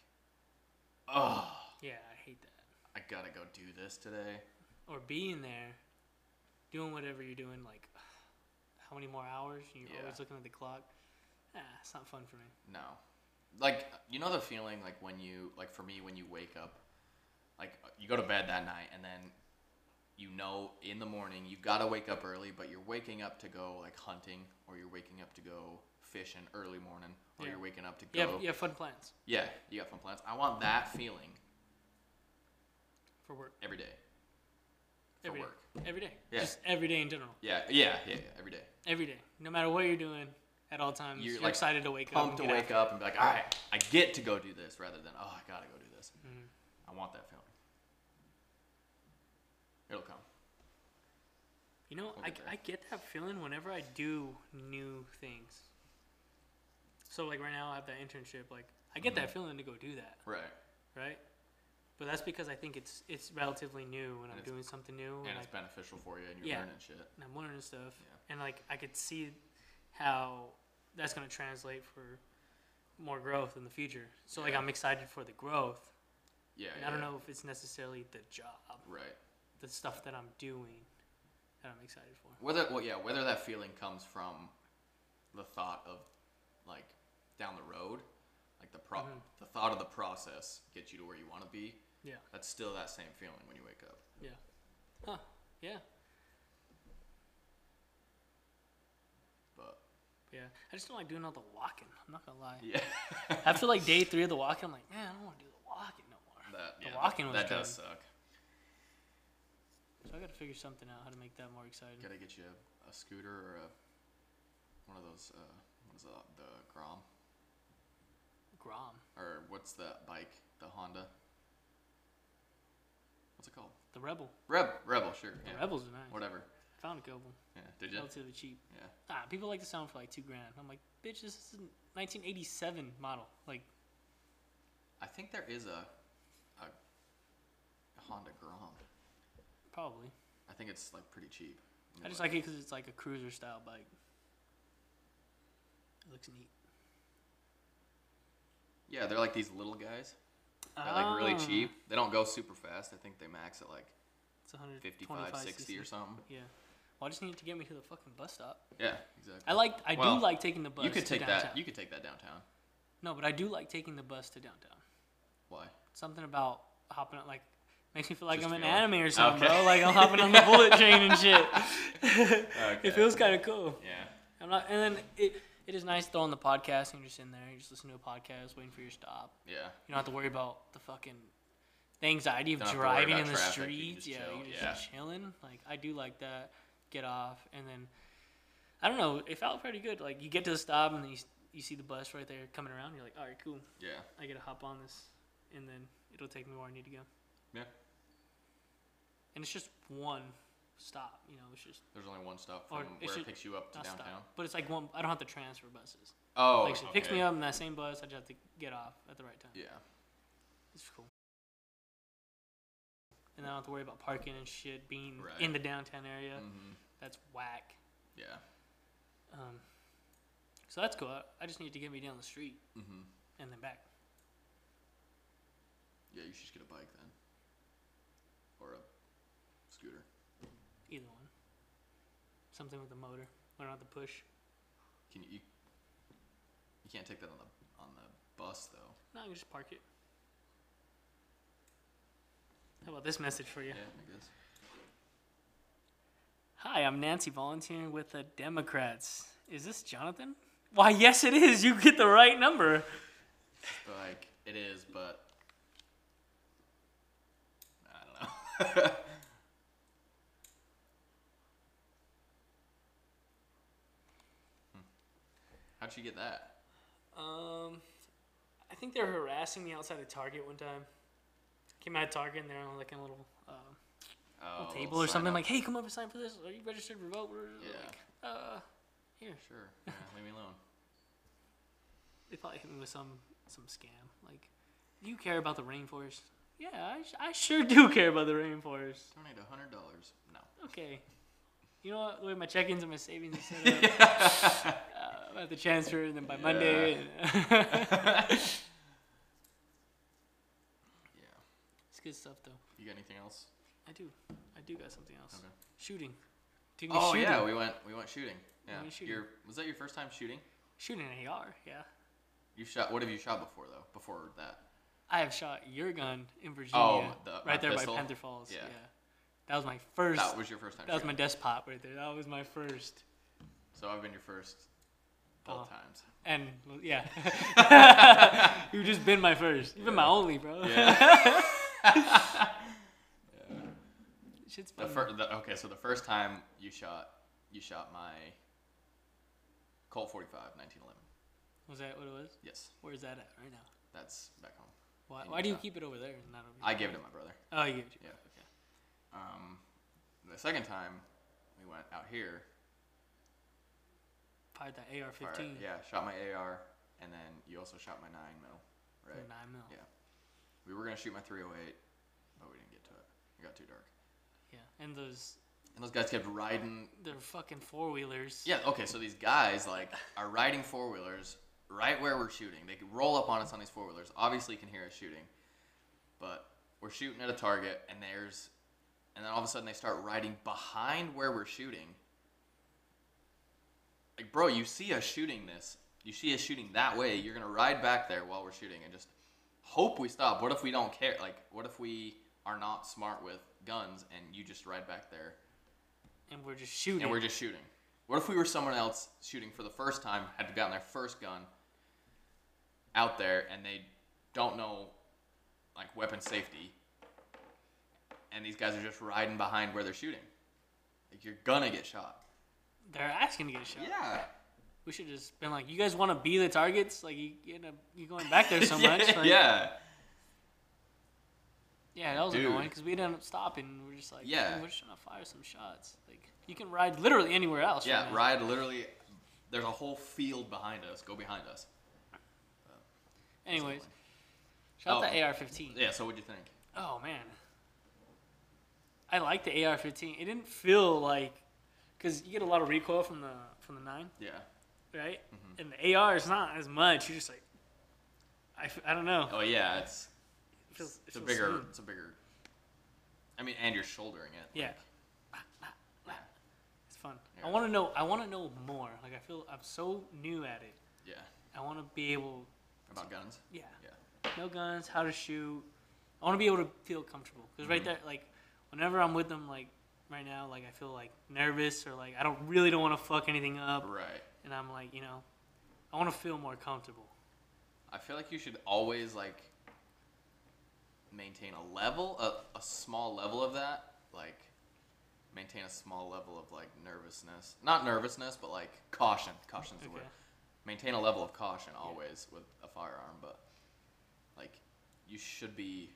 B: oh
A: Yeah, I hate that.
B: i gotta go do this today
A: Or being there doing whatever you're doing like how many more hours? You're
B: Yeah.
A: always looking at the clock. Ah, it's not fun for me.
B: no like you know the feeling like when you like for me when you wake up like you go to bed that night and then you know in the morning you've got to wake up early but you're waking up to go like hunting or you're waking up to go fishing early morning or
A: Yeah.
B: you're waking up to go
A: You have, you have fun plans
B: Yeah, you got fun plans. I want that feeling
A: for work.
B: every day. For
A: every day.
B: work.
A: Every day.
B: Yeah.
A: Just every day in general.
B: Yeah, yeah, yeah, yeah, every day.
A: Every day. No matter what you're doing, at all times,
B: You're,
A: you're,
B: like,
A: excited to wake up.
B: Pumped
A: and
B: to
A: get out.
B: wake up and be like, all right, I get to go do this rather than, oh, I gotta go do this.
A: Mhm.
B: I want that feeling. It'll come.
A: You know,
B: We'll
A: I,
B: get there.
A: I get that feeling whenever I do new things. So, like, right now, I have that internship. Like, I get
B: Mm-hmm.
A: that feeling to go do that,
B: Right.
A: right? But that's because I think it's it's relatively new when I'm
B: it's-
A: doing something new
B: And
A: and,
B: it's
A: I,
B: beneficial for you and you're
A: Yeah.
B: learning shit.
A: and I'm learning stuff.
B: Yeah.
A: And, like, I could see how that's going to translate for more growth in the future. So, like,
B: Yeah.
A: I'm excited for the growth.
B: Yeah,
A: And
B: yeah.
A: I don't know if it's necessarily the job,
B: Right.
A: the stuff that I'm doing that I'm excited for.
B: Whether, well, yeah, whether that feeling comes from the thought of, like, down the road, like the pro-
A: Mhm.
B: the thought of the process gets you to where you want to be.
A: Yeah.
B: That's still that same feeling when you wake up.
A: Yeah. Huh. Yeah.
B: But
A: Yeah. I just don't like doing all the walking. I'm not going to lie.
B: yeah,
A: After like day three of the walking, I'm like, man, I don't want to do the walking no more.
B: that,
A: The
B: yeah,
A: walking was
B: that, that does suck.
A: So I got to figure something out how to make that more exciting.
B: Gotta get you a, a scooter or a one of those. Uh, what is that? The Grom
A: Grom.
B: or what's that bike? The Honda. What's it called?
A: The Rebel.
B: Reb Rebel, sure.
A: The
B: Yeah.
A: Rebel's nice.
B: Whatever.
A: Found a couple.
B: Yeah. Did you?
A: Relatively cheap.
B: Yeah.
A: Ah, people like the sound for like two grand. I'm like, bitch, this is a 1987 model. Like,
B: I think there is a a Honda Grom.
A: probably.
B: I think it's like pretty cheap.
A: I just like it because it's like a cruiser style bike. It looks neat.
B: Yeah, they're like these little guys. They're like really
A: Ah,
B: cheap. They don't go super fast. I think they max at like
A: It's 155,
B: 55, 60 or something.
A: Yeah. Well, I just need to get me to the fucking bus stop.
B: Yeah, exactly.
A: I like. I
B: Well,
A: do like taking the bus.
B: you could
A: to
B: take
A: downtown.
B: that. You could take that downtown.
A: No, but I do like taking the bus to downtown.
B: Why?
A: Something about hopping on, like makes me feel like
B: Just
A: I'm in
B: feel like-
A: anime or something,
B: Okay.
A: bro. Like I'm hopping on the bullet train and shit.
B: Okay.
A: It feels kind of cool.
B: Yeah.
A: I'm not, and then it it is nice throwing the podcast and you're just in there, you just listen to a podcast, waiting for your stop.
B: Yeah.
A: You don't have to worry about the fucking the anxiety of
B: Don't have to worry
A: driving
B: about
A: in the
B: traffic, you can
A: streets.
B: just
A: yeah,
B: chill,
A: you're just
B: yeah.
A: chilling. Like I do like that. Get off and then I don't know. It felt pretty good. Like you get to the stop and then you s- you see the bus right there coming around. You're like, all right, cool.
B: Yeah.
A: I gotta hop on this, and then it'll take me where I need to go.
B: Yeah.
A: And it's just one stop. You know, it's just
B: There's only one stop
A: Or
B: from
A: it
B: where
A: should-
B: it picks you up to
A: not
B: Oh, downtown.
A: stop. But it's like one. I don't have to transfer buses.
B: Oh.
A: like she picks me
B: okay.
A: up in that same bus. I just have to get off at the right time.
B: Yeah.
A: It's cool. And I don't have to worry about parking and shit being
B: Right.
A: in the downtown area.
B: Mhm.
A: That's whack.
B: Yeah.
A: Um, so that's cool. I- I just need to get me down the street
B: hmm
A: and then back.
B: Yeah. You should just get a bike then, or a scooter.
A: Either one. Something with a motor. I don't have to push.
B: Can you? You, you can't take that on the on the bus though.
A: No, I can just park it. How about this message for you?
B: Yeah. I guess.
A: Hi, I'm Nancy volunteering with the Democrats. Is this Jonathan? Why, yes, it is. You get the right number.
B: But, like it is, but I don't know. Hmm. How'd you get that?
A: Um, I think they were harassing me outside of Target one time. Came out of Target and they're on like a little, uh,
B: Oh,
A: little
B: a
A: table or
B: sign
A: something
B: up.
A: like, "Hey, come over and sign for this. Are you registered to vote?"
B: Yeah.
A: Like, uh, here.
B: Sure. Yeah, leave me alone.
A: They probably hit me with some some scam. Like, do you care about the rainforest? Yeah, I, s- I sure do care about the rainforest.
B: Donate a hundred dollars. No.
A: Okay. You know what? The way my check-ins and my savings is set up, uh, I'm at the transfer, and then by Monday. it's
B: Yeah.
A: good stuff, though.
B: You got anything else?
A: I do. I do got something else.
B: Okay.
A: Shooting. Took me
B: Oh
A: shooting.
B: yeah, we went we went shooting. Yeah.
A: went shooting.
B: Your was that your first time shooting?
A: shooting an AR. Yeah.
B: You shot. What have you shot before though? Before that.
A: I have shot your gun in Virginia.
B: Oh, the- my
A: right there
B: pistol?
A: by Panther Falls.
B: Yeah.
A: Yeah. That was my first.
B: That was your first time.
A: that was
B: shooting.
A: my desk pop right there. That was my first.
B: So I've been your first both
A: Oh.
B: times.
A: And well, yeah, you've just been my first. You've been my only, bro.
B: Yeah.
A: Shit's
B: the
A: fun.
B: fir- the, okay, so the first time you shot, you shot my Colt 45, 1911.
A: was that what it was?
B: Yes,
A: Where's that at right now?
B: that's back home.
A: Why,
B: In
A: why do you
B: Utah.
A: keep it over there and not over
B: I gave it to my brother.
A: here? Oh, you gave it.
B: Yeah.
A: Yeah. Okay.
B: Um, the second time we went out here,
A: Fired that AR-15.
B: fired- yeah, shot my AR, and then you also shot my 9 mil,
A: for
B: right?
A: Nine mil.
B: Yeah. We were gonna shoot my 308, but we didn't get to it. It got too dark.
A: Yeah. And those,
B: And those guys kept riding
A: they're fucking four wheelers.
B: Yeah, okay, so these guys like are riding four wheelers right where we're shooting. They could roll up on us on these four wheelers. Obviously can hear us shooting. But we're shooting at a target and there's and then all of a sudden they start riding behind where we're shooting. Like, bro, you see us shooting this. You see us shooting that way, you're gonna ride back there while we're shooting and just hope we stop. What if we don't care? Like, what if we are not smart with guns and you just ride back there
A: And we're just shooting.
B: and we're just shooting. What if we were someone else shooting for the first time, had gotten their first gun out there, and they don't know like weapon safety, and these guys are just riding behind where they're shooting? Like you're gonna get shot.
A: they're asking to get shot.
B: Yeah.
A: We should just been like, you guys want to be the targets? Like you, you end up you going back there so much. Like,
B: yeah.
A: Yeah, that was
B: Dude.
A: annoying because we ended up stopping. We're just like,
B: Yeah.
A: yeah, we're just trying to fire some shots. Like you can ride literally anywhere else. right
B: Yeah.
A: now.
B: Ride literally. There's a whole field behind us. Go behind us.
A: Anyways, shout out
B: Oh.
A: the AR-15.
B: Yeah. So what'd you think?
A: Oh man, I like the AR-15. It didn't feel like because you get a lot of recoil from the from the nine.
B: Yeah.
A: right?
B: Mm-hmm.
A: And the AR is not as much. You're just like, I, f- I don't know.
B: Oh yeah, it's
A: It feels, it
B: Oh, it's a
A: feels
B: bigger
A: smooth.
B: it's a bigger. I mean, and you're shouldering it.
A: Yeah,
B: like, yeah,
A: it's fun.
B: Yeah.
A: I want to know. I want to know more. Like I feel I'm so new at it.
B: yeah.
A: I want to be able.
B: About guns.
A: Yeah.
B: Mm-hmm. Yeah.
A: No guns. How to shoot. I want to be able to feel comfortable because right
B: Mhm.
A: there, like, whenever I'm with them, like right now, like I feel like nervous or like I don't really don't want to fuck anything up,
B: Right.
A: and I'm like, you know, I want to feel more comfortable.
B: I feel like you should always like maintain a level, a, a small level of that, like maintain a small level of like nervousness. Not nervousness, but like caution. Caution's the word.
A: Okay.
B: Maintain a level of caution always with a firearm, but like you should be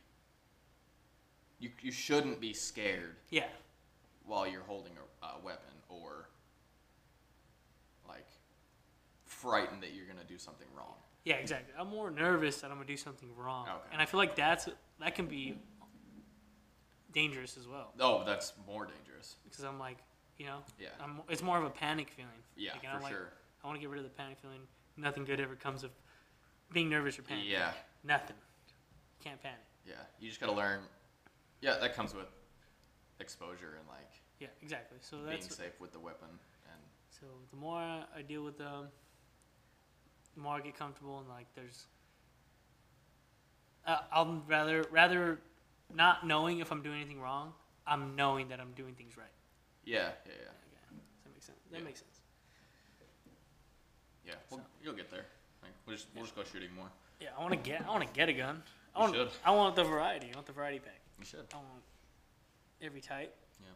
B: you, you shouldn't be scared
A: Yeah.
B: while you're holding a, a weapon or like frightened that you're going to do something wrong.
A: Yeah, exactly. I'm more nervous that I'm gonna do something wrong,
B: Okay.
A: and I feel like that's that can be dangerous as well
B: Oh, that's more dangerous.
A: because I'm like, you know,
B: Yeah.
A: I'm, it's more of a panic feeling.
B: Yeah,
A: Like, and
B: for
A: I'm like,
B: sure.
A: I want to get rid of the panic feeling. Nothing good ever comes of being nervous or panic.
B: Yeah,
A: Nothing. Can't panic.
B: yeah. You just gotta learn. Yeah, that comes with exposure and like
A: Yeah, exactly. So
B: being
A: that's
B: safe with the weapon and
A: so. The more I deal with them, the more I get comfortable, and like there's, uh, I'll rather rather not knowing if I'm doing anything wrong. I'm knowing that I'm doing things right.
B: yeah, yeah, yeah.
A: Okay. Does that make sense? That
B: Yeah.
A: makes sense.
B: yeah. Well, you'll get there. Like, we'll just we'll just go shooting more.
A: Yeah, I want to get. I want to get a gun. I
B: You
A: want.
B: should.
A: I want the variety. I want the variety pack.
B: You should.
A: I want every type.
B: Yeah.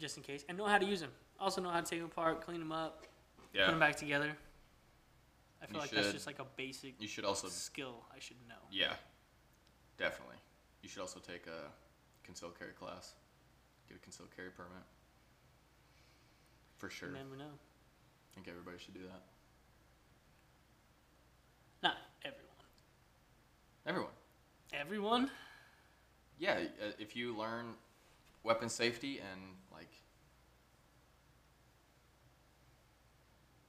A: Just in case, and know how to use them. Also know how to take them apart, clean them up, put
B: Yeah.
A: them back together. I feel
B: You
A: like that's
B: should.
A: just like a basic
B: You should also.
A: skill I should know.
B: Yeah. Definitely. You should also take a concealed carry class. Get a concealed carry permit. For sure.
A: You
B: I
A: never know.
B: think everybody should do that.
A: Not everyone.
B: Everyone.
A: Everyone.
B: yeah, uh, if you learn weapon safety and like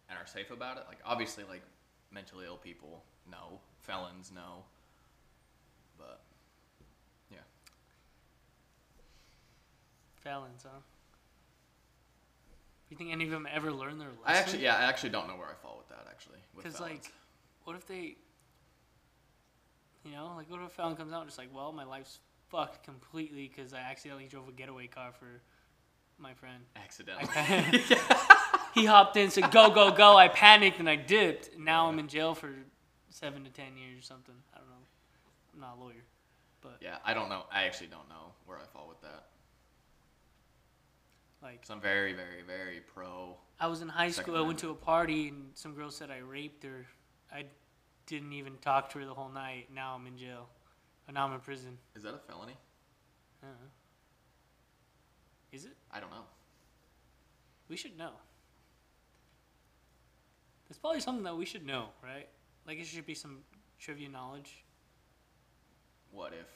B: and are safe about it, like obviously like mentally ill people, no, felons, no. But yeah,
A: Felons, huh? You think any of them ever learn their lesson?
B: I actually yeah, I actually don't know where I fall with that actually. with
A: Because
B: felons.
A: like, what if they, you know, like what if a felon comes out and just like, well, my life's fucked completely because I accidentally drove a getaway car for my friend.
B: accidentally.
A: he hopped in, said go go go. I panicked and I dipped. And now I'm in jail for seven to ten years or something. I don't know. I'm not a lawyer.
B: yeah, I don't know. I actually don't know where I fall with that.
A: Like
B: Cuz I'm very very very pro.
A: I was in high
B: Second
A: school. I went to a party and some girl said I raped her. I didn't even talk to her the whole night. Now I'm in jail. And now I'm in prison.
B: Is that a felony?
A: I don't know. Is it?
B: I don't know.
A: We should know. That's probably something that we should know, right? Like it should be some trivia knowledge,
B: What if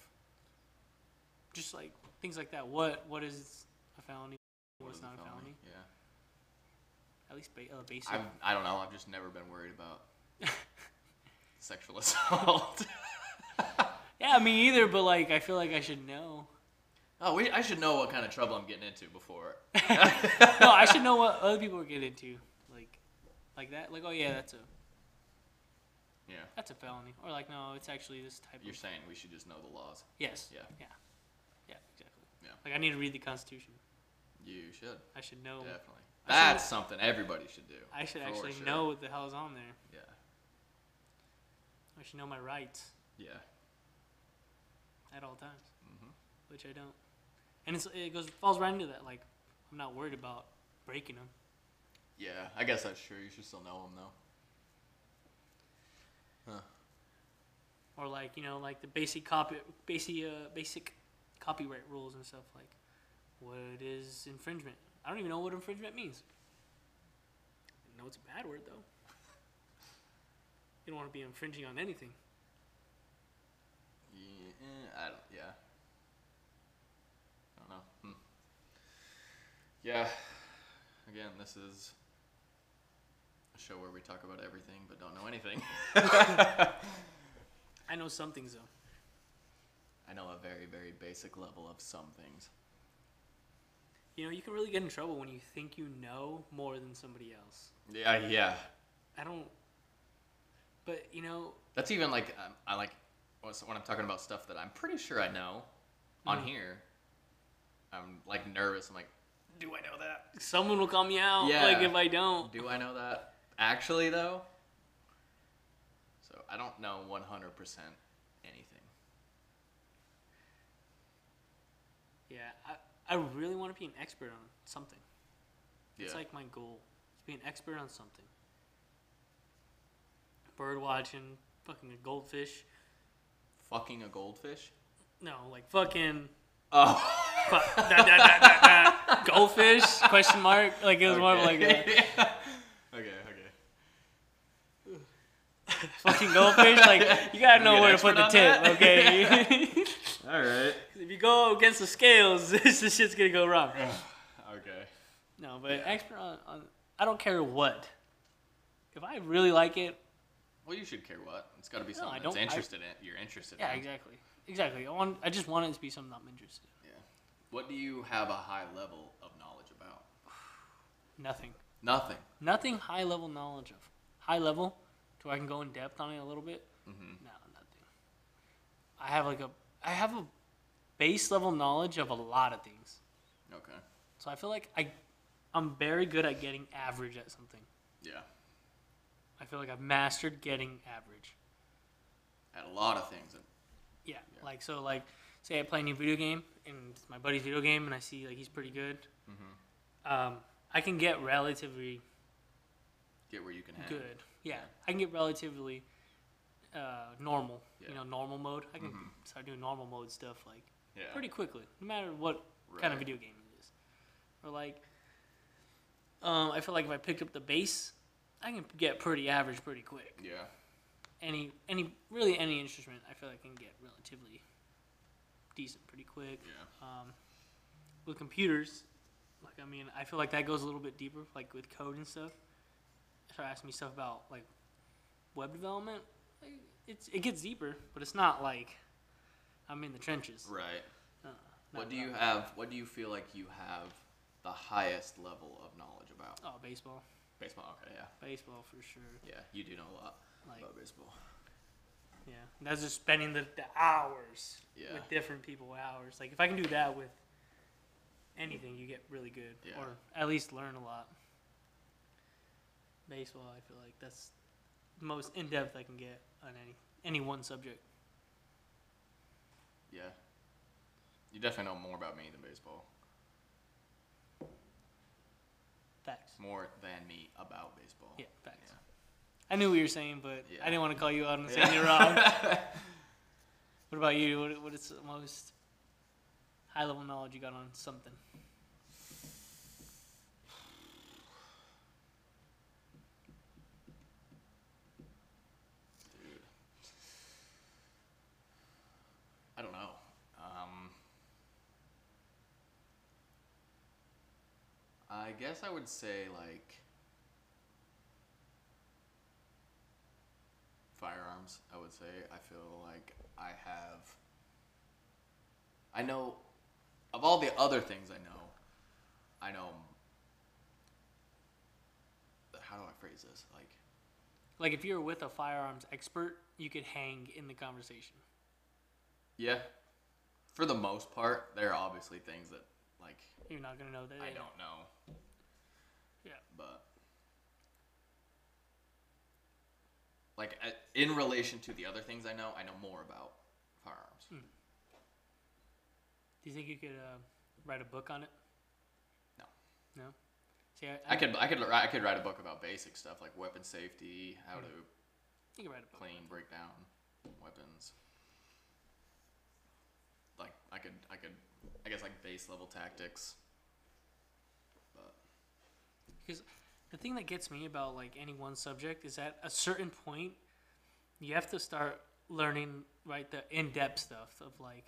A: just like things like that. What what is a felony?
B: what
A: What's
B: is a
A: not a felony?
B: Yeah.
A: At least ba- uh, basic.
B: I've, I don't know. I've just never been worried about sexual assault.
A: yeah, me either. But like, I feel like I should know.
B: oh, we, I should know what kind of trouble I'm getting into before.
A: No, I should know what other people are getting into, like, like that. Like, oh yeah, that's a
B: Yeah.
A: that's a felony. Or like, no, it's actually this type
B: You're
A: of.
B: saying we should just know the laws.
A: Yes.
B: Yeah.
A: Yeah. Yeah. Exactly.
B: Yeah.
A: Like I need to read the Constitution.
B: You should
A: I should know.
B: definitely.
A: I should-
B: That's something everybody should do.
A: I should
B: for
A: actually
B: sure.
A: know what the hell's on there.
B: Yeah.
A: I should know my rights
B: Yeah.
A: at all times,
B: Mhm.
A: which I don't. And it's, it goes falls right into that. Like I'm not worried about breaking them.
B: Yeah. I guess that's true. You should still know them though. Huh.
A: or like you know like the basic copy basic uh, basic copyright rules and stuff like what is infringement i don't even know what infringement means i know it's a bad word though you don't want to be infringing on anything
B: Yeah. eh, I don't. Yeah. I don't know. Hmm. Yeah. Again, this is a show where we talk about everything but don't know anything.
A: I know some things though.
B: I know a very, very basic level of some things.
A: You know, you can really get in trouble when you think you know more than somebody else.
B: Yeah, yeah.
A: I don't. But you know,
B: That's even like um, I like when so- when I'm talking about stuff that I'm pretty sure I know on
A: Mhm.
B: here. I'm like nervous. I'm like, do I know that?
A: someone will call me out.
B: Yeah.
A: Like if I don't.
B: Do I know that actually though? So I don't know 100% anything.
A: Yeah, I, I really want to be an expert on something.
B: Yeah.
A: It's like my goal. To be an expert on something. Bird watching, fucking a goldfish.
B: fucking a goldfish.
A: No, like fucking
B: Oh.
A: fu- da, da, da, da, da, goldfish? Question mark? Like it was more of like a
B: okay, okay.
A: fucking goldfish. Like you gotta
B: You
A: know
B: an
A: where to put the
B: expert
A: tip,
B: on that?
A: okay?
B: All right.
A: 'Cause if you go against the scales, this this shit's gonna go wrong.
B: okay.
A: No, but expert on, on I don't care what. If I really like it,
B: Well, you should care what. It's got to be
A: No,
B: something
A: I
B: that's
A: don't- I-
B: interested in. You're interested
A: yeah,
B: in.
A: exactly, exactly. I want I just want it to be something I'm interested. in.
B: Yeah. What do you have a high level of knowledge about?
A: Nothing.
B: Nothing.
A: nothing high level knowledge of. High level, to where I can go in depth on it a little bit.
B: Mhm.
A: No, nothing. I have like a I have a base level knowledge of a lot of things.
B: Okay.
A: So I feel like I I'm very good at getting average at something.
B: Yeah.
A: I feel like I've mastered getting average.
B: At a lot of things.
A: Yeah.
B: Yeah.
A: Like so like say I play a new video game and it's my buddy's video game and I see like he's pretty good.
B: Mhm.
A: Um, I can get relatively
B: Get where you can handle.
A: good. Yeah, I can get relatively uh, normal.
B: Yeah.
A: You know, normal mode. I can
B: Mhm.
A: start doing normal mode stuff like
B: Yeah.
A: pretty quickly, no matter what kind of
B: Right.
A: video game it is. Or like, um, I feel like if I picked up the bass, I can get pretty average pretty quick.
B: Yeah.
A: Any any really any instrument, I feel like I can get relatively decent pretty quick.
B: Yeah.
A: Um, with computers, like I mean, I feel like that goes a little bit deeper, like with code and stuff. If you're asking me stuff about like web development, like, it's it gets deeper, but it's not like I'm in the trenches.
B: Right.
A: Uh,
B: What
A: not-
B: do you
A: not-
B: have? What do you feel like you have the highest level of knowledge about?
A: Oh, baseball,
B: Baseball. Okay. Yeah.
A: baseball for sure.
B: Yeah. You do know a lot
A: Like
B: about baseball.
A: yeah, and that's just spending the, the hours
B: Yeah.
A: with different people. Hours like if I can do that with anything, you get really good,
B: Yeah.
A: or at least learn a lot. Baseball, I feel like that's the most in depth I can get on any any one subject.
B: Yeah. You definitely know more about me than baseball.
A: Facts.
B: More than me about baseball.
A: Yeah, facts. I knew what you were saying, but
B: Yeah.
A: I didn't want to call you out and say
B: Yeah.
A: you're wrong. what about you? What, what is the most high level knowledge you got on something?
B: Dude. I don't know. Um, I guess I would say like firearms. I would say I feel like I have. I know of all the other things I know. I know. How do I phrase this? Like,
A: Like if you were with a firearms expert, you could hang in the conversation.
B: Yeah. For the most part, there are obviously things that like
A: You're not gonna know that.
B: I
A: yeah.
B: don't know.
A: Yeah.
B: But like I- in relation to the other things I know, I know more about firearms.
A: Do you think you could uh, write a book on it?
B: No.
A: No. See, I, I,
B: I could I could I could write a book about basic stuff like weapon safety, how to
A: Mm-hmm. You could write a book.
B: clean, break down weapons. Like I could I could I guess like base level tactics. But
A: Because the thing that gets me about like any one subject is at a certain point, you have to start learning right the in depth stuff of like,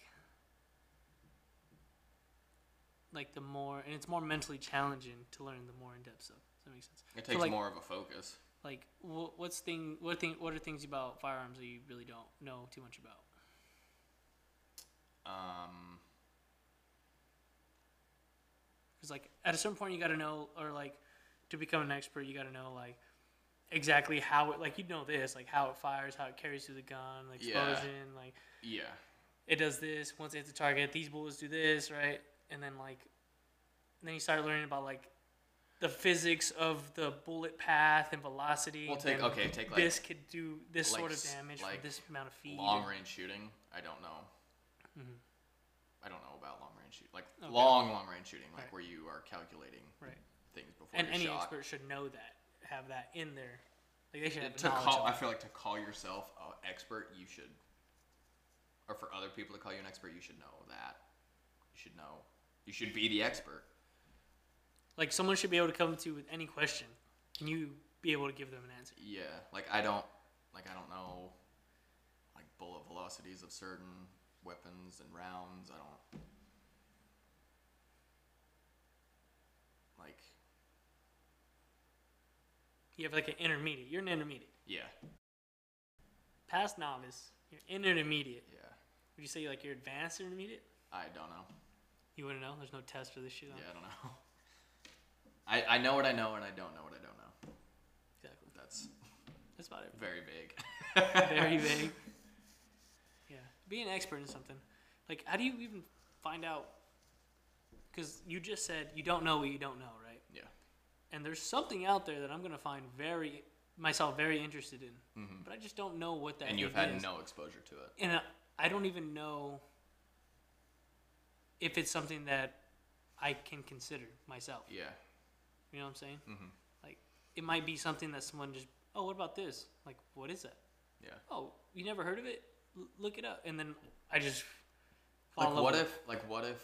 A: like the more and it's more mentally challenging to learn the more in depth stuff. Does that make sense?
B: it
A: So,
B: takes
A: like-
B: more of a focus.
A: Like, wh- what's thing? What thing? What are things about firearms that you really don't know too much about?
B: Um,
A: Because like at a certain point you got to know, or like to become an expert, you got to know like exactly how it. Like you know this, like how it fires, how it carries through the gun, like
B: Yeah.
A: explosion, like
B: yeah,
A: it does this. Once it hits the target, these bullets do this, right? And then like, then you start learning about like the physics of the bullet path and velocity.
B: We'll take-
A: and
B: okay, take, like-
A: this could do this
B: like
A: sort of
B: s-
A: damage
B: like
A: for this amount of feet.
B: long range shooting. I don't know.
A: Mhm.
B: I don't know about long range shooting, like
A: Okay.
B: long, long range shooting, like
A: Right.
B: where you are calculating
A: Right.
B: things before
A: And
B: you're
A: any
B: shot.
A: expert should know that, have that in there. Like they should have
B: to
A: knowledge.
B: call, I
A: of
B: feel like to call yourself an expert, you should, or for other people to call you an expert, you should know that. You should know. You should be the expert.
A: Like someone should be able to come to you with any question, and you be able to give them an answer.
B: Yeah, like I don't, like I don't know, like bullet velocities of certain weapons and rounds. I don't. Like,
A: You have like an intermediate. You're an intermediate.
B: yeah,
A: Past novice. You're intermediate.
B: yeah.
A: Would you say like you're advanced intermediate?
B: I don't know.
A: You wouldn't know. There's no test for this shit.
B: Yeah,
A: On.
B: I don't know. I, I know what I know and I don't know what I don't know.
A: Exactly.
B: That's
A: That's about it.
B: very vague.
A: Very vague. Yeah. Be an expert in something. Like, how do you even find out? Because you just said you don't know what you don't know, right?
B: Yeah.
A: And there's something out there that I'm gonna find very myself very interested in,
B: Mhm.
A: but I just don't know what that.
B: And you've
A: thing
B: had
A: is.
B: no exposure to it.
A: and I- I don't even know if it's something that I can consider myself.
B: Yeah.
A: You know what I'm saying?
B: Mhm.
A: Like it might be something that someone just, oh, what about this? Like, what is that?
B: Yeah.
A: Oh, you never heard of it? L- look it up, and then I just
B: Like
A: follow
B: what
A: it.
B: if like what if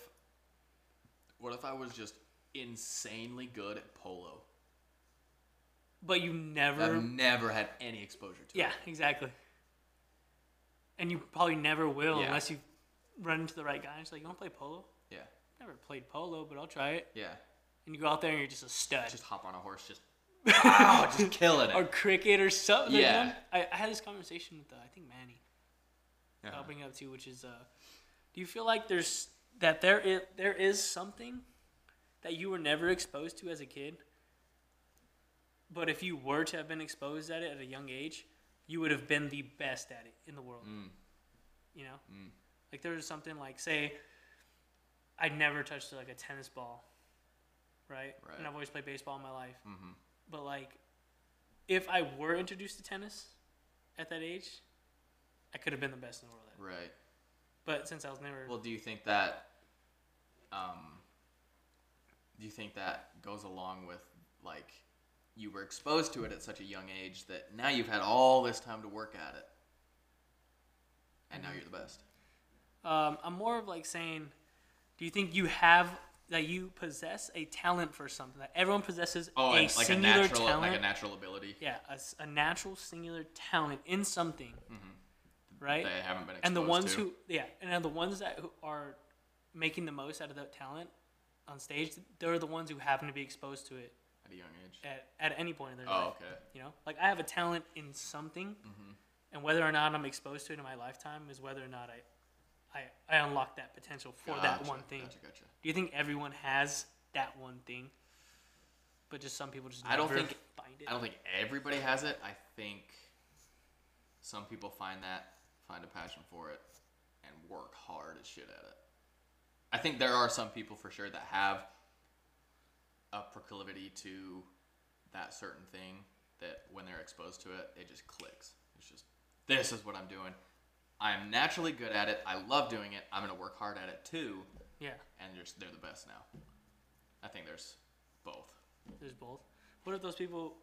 B: what if I was just insanely good at polo?
A: But you never,
B: I've never had any exposure to
A: yeah, exactly. And you probably never will
B: Yeah.
A: unless you run into the right guy. And it's like, you want to play polo?
B: it.
A: Never played polo, but I'll try it.
B: Yeah. Yeah.
A: And you go out there and you're just a stud.
B: Just hop on a horse, just Ow, just killing it.
A: or cricket or something.
B: Yeah.
A: man. I, I had this conversation with uh, I think Manny. that I'll
B: Uh-huh.
A: bring it up too, which is, uh, do you feel like there's that there is, there is something that you were never exposed to as a kid, but if you were to have been exposed at it at a young age, you would have been the best at it in the world.
B: Mm,
A: You know,
B: mm,
A: like there was something like say, I never touched like a tennis ball, right?
B: Right.
A: And I've always played baseball in my life
B: hmm
A: but like if I were introduced to tennis at that age, I could have been the best in the world at it.
B: Right.
A: But since I was never
B: Well, do you think that, um, do you think that goes along with like you were exposed to it at such a young age that now you've had all this time to work at it, and now you're the best?
A: um, I'm more of like saying, do you think you have that you possess a talent for something that everyone possesses
B: Oh,
A: a
B: and like a
A: singular
B: natural,
A: talent?
B: like a natural ability
A: yeah, a s- a, natural singular talent in something. Right?
B: Mm-hmm. that I haven't been exposed
A: and the ones
B: to.
A: who yeah, and then the ones that who are making the most out of that talent on stage, they're the ones who happen to be exposed to it
B: at a young age.
A: at, at any point in their life.
B: Oh, okay.
A: You know, like I have a talent in something,
B: Mm-hmm.
A: and whether or not I'm exposed to it in my lifetime is whether or not I, I, I unlock that potential for that
B: Gotcha,
A: one thing.
B: Gotcha, gotcha.
A: Do you think everyone has that one thing? But just some people just
B: I don't
A: never
B: think-
A: find it.
B: I don't think everybody has it. I think some people find that, find a passion for it, and work hard as shit at it. I think there are some people for sure that have a proclivity to that certain thing that when they're exposed to it, it just clicks. It's just, this is what I'm doing. I'm naturally good at it. I love doing it. I'm going to work hard at it too.
A: yeah,
B: And they're, they're the best now. I think there's both.
A: there's both. What if those people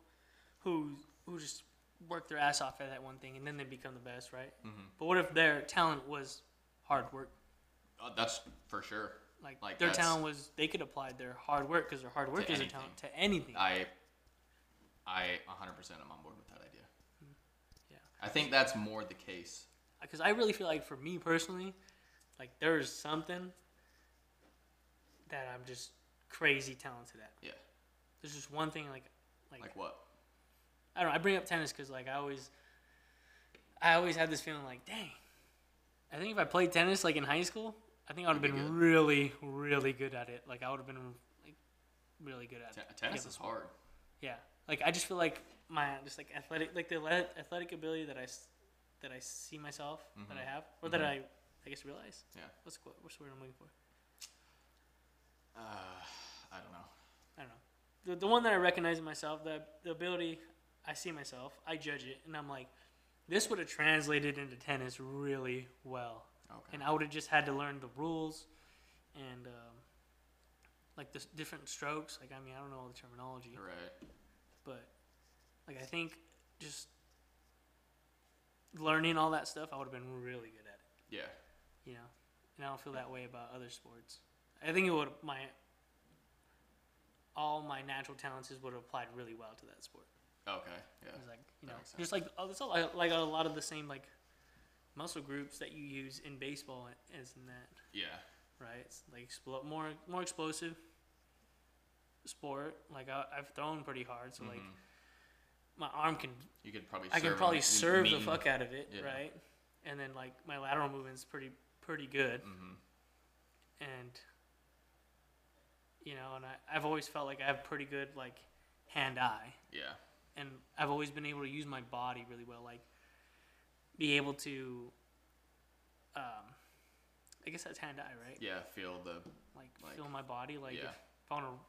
A: who who just work their ass off at that one thing and then they become the best, right?
B: Mm-hmm.
A: But what if their talent was hard work?
B: Uh, that's for sure.
A: Like,
B: Like,
A: their
B: that's-
A: talent was they could apply their hard work because their hard work is their
B: anything.
A: talent to anything.
B: I I 100% am on board with that idea.
A: Yeah.
B: I think that's more the case.
A: because I really feel like for me personally, like there is something that I'm just crazy talented at.
B: Yeah.
A: There's just one thing like, like,
B: Like what?
A: I don't. know. I bring up tennis because like I always, I always had this feeling like, dang, I think if I played tennis like in high school, I think I would have
B: You'd be
A: been
B: good.
A: really, really good at it. Like I would have been like really good at
B: Ten-
A: it.
B: tennis
A: Yeah.
B: is hard.
A: Yeah. Like I just feel like my just like athletic like the athle- athletic ability that I s- that I see myself that I
B: Mhm.
A: have or that
B: Mhm.
A: I I guess realize.
B: Yeah.
A: What's the qu- what's the word I'm looking for?
B: Uh, I don't know.
A: I don't know. The, the one that I recognize in myself, the the ability I see myself, I judge it and I'm like this would have translated into tennis really well.
B: Okay.
A: And I would have just had to learn the rules and um, like the s- different strokes. Like I mean, I don't know all the terminology.
B: You're right.
A: but like I think just learning all that stuff, I would have been really good at
B: Yeah.
A: it, you know. And I don't feel that way about other sports. I think it would my all my natural talents is would have applied really well to that sport.
B: Okay. Yeah.
A: It's like you
B: that
A: know,
B: makes
A: just like oh, that's all, like a lot of the same like muscle groups that you use in baseball as in that
B: Yeah.
A: right? It's like explo- more more explosive sport. Like I, I've thrown pretty hard, so like
B: Mhm.
A: my arm can
B: you could probably.
A: I can
B: serve
A: probably
B: and
A: serve the
B: mean-
A: fuck out of it,
B: Yeah.
A: right? And then like my lateral movement's pretty pretty good,
B: Mhm.
A: and you know, and I, I've always felt like I have pretty good like hand eye,
B: Yeah.
A: and I've always been able to use my body really well, like be able to. Um, I guess that's hand eye, right?
B: Yeah. Feel the.
A: Like,
B: Like-
A: feel my body. Like
B: yeah.
A: if, if I want to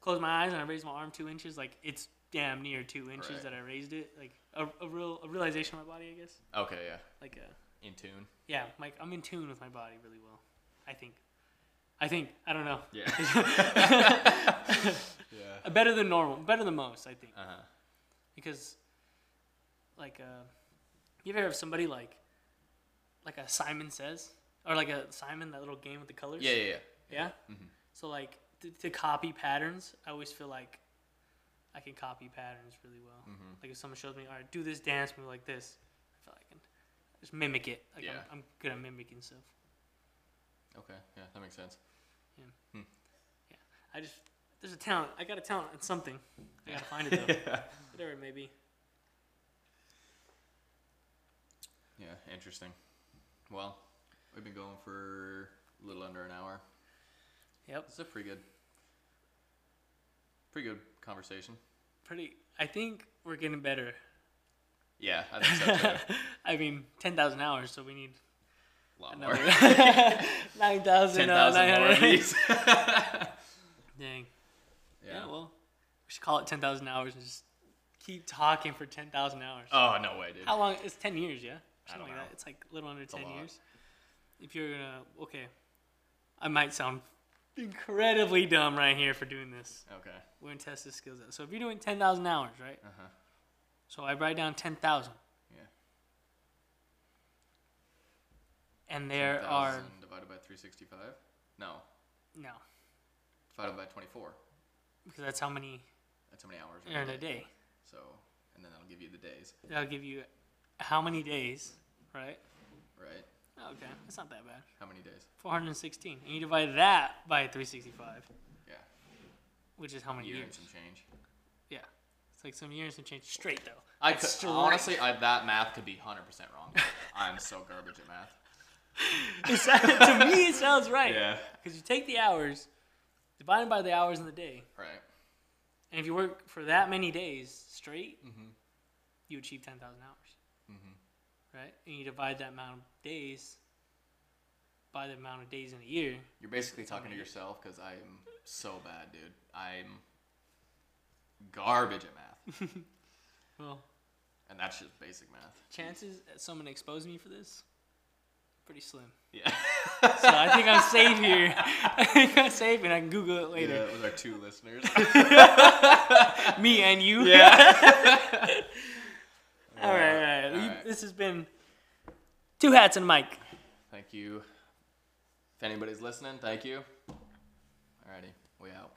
A: close my eyes and I raise my arm two inches, like it's damn near two inches
B: Right.
A: that I raised it. Like a, a real a realization of my body, I guess.
B: Okay. Yeah.
A: Like a
B: In tune.
A: Yeah, Mike, I'm in tune with my body really well. I think. I think. I don't know.
B: Yeah. yeah.
A: Better than normal. Better than most, I think.
B: Uh huh.
A: Because, like, uh, you ever have somebody like, like a Simon Says? Or like a Simon, that little game with the colors?
B: Yeah. Yeah.
A: Yeah?
B: yeah. hmm
A: So, like, to, to copy patterns, I always feel like I can copy patterns really well.
B: Mhm.
A: Like, if someone shows me, all right, do this dance move like this, I feel like I can just mimic it. Like,
B: Yeah.
A: I'm, I'm good at mimicking stuff.
B: Okay. Yeah. That makes sense.
A: I just there's a talent. I got a talent in something. I gotta find it though. Whatever it may be.
B: Yeah, interesting. Well, we've been going for a little under an hour.
A: Yep.
B: This is a pretty good, pretty good conversation.
A: Pretty. I think we're getting better.
B: Yeah, I think so too.
A: I mean, ten thousand hours, so we need
B: A lot more.
A: another nine thousand.
B: Ten
A: Uh,
B: thousand more
A: 900.
B: of these.
A: Dang. Yeah.
B: Yeah.
A: Well, we should call it ten thousand hours and just keep talking for ten thousand hours.
B: Oh no way, dude.
A: How long? It's ten years, yeah.
B: I
A: Something like
B: don't know.
A: that. It's like a little under
B: a
A: ten
B: lot.
A: years. If you're gonna, okay, I might sound incredibly dumb right here for doing this.
B: Okay.
A: we're gonna test this skills out. So if you're doing ten thousand hours, right?
B: Uh huh.
A: So I write down ten thousand,
B: Yeah.
A: and there are
B: 10,000 divided by three sixty-five. No,
A: no,
B: divided by twenty-four.
A: because that's how many
B: That's how many hours. we're
A: are in
B: gonna
A: a day.
B: get. So, and then that'll give you the days,
A: That'll give you how many days, right?
B: right?
A: Okay, that's not that bad.
B: How many days?
A: Four hundred sixteen, and you divide that by three sixty-five,
B: Yeah.
A: which is how many
B: Year
A: years?
B: and some change.
A: Yeah, it's like some years and change straight though.
B: I
A: Like,
B: could
A: straight.
B: honestly, I, that math could be hundred percent wrong. I'm so garbage at math.
A: It sound- to me, it sounds right.
B: Yeah.
A: Because you take the hours, divide them by the hours in the day,
B: Right.
A: and if you work for that many days straight,
B: Mhm.
A: you achieve ten thousand hours.
B: Mhm.
A: right? And you divide that amount of days by the amount of days in a year.
B: You're basically talking to yourself because I am so bad, dude. I'm garbage at math,
A: Well,
B: and that's just basic math.
A: chances that someone exposed me for this, pretty slim.
B: Yeah.
A: So I think I'm safe here. I think I'm safe, and I can Google it
B: Yeah,
A: later.
B: it was our two listeners.
A: Me and you.
B: yeah.
A: All right, all right.
B: All
A: You-
B: right.
A: This has been two hats and a mic.
B: Thank you. If anybody's listening, thank you. Alrighty, we out.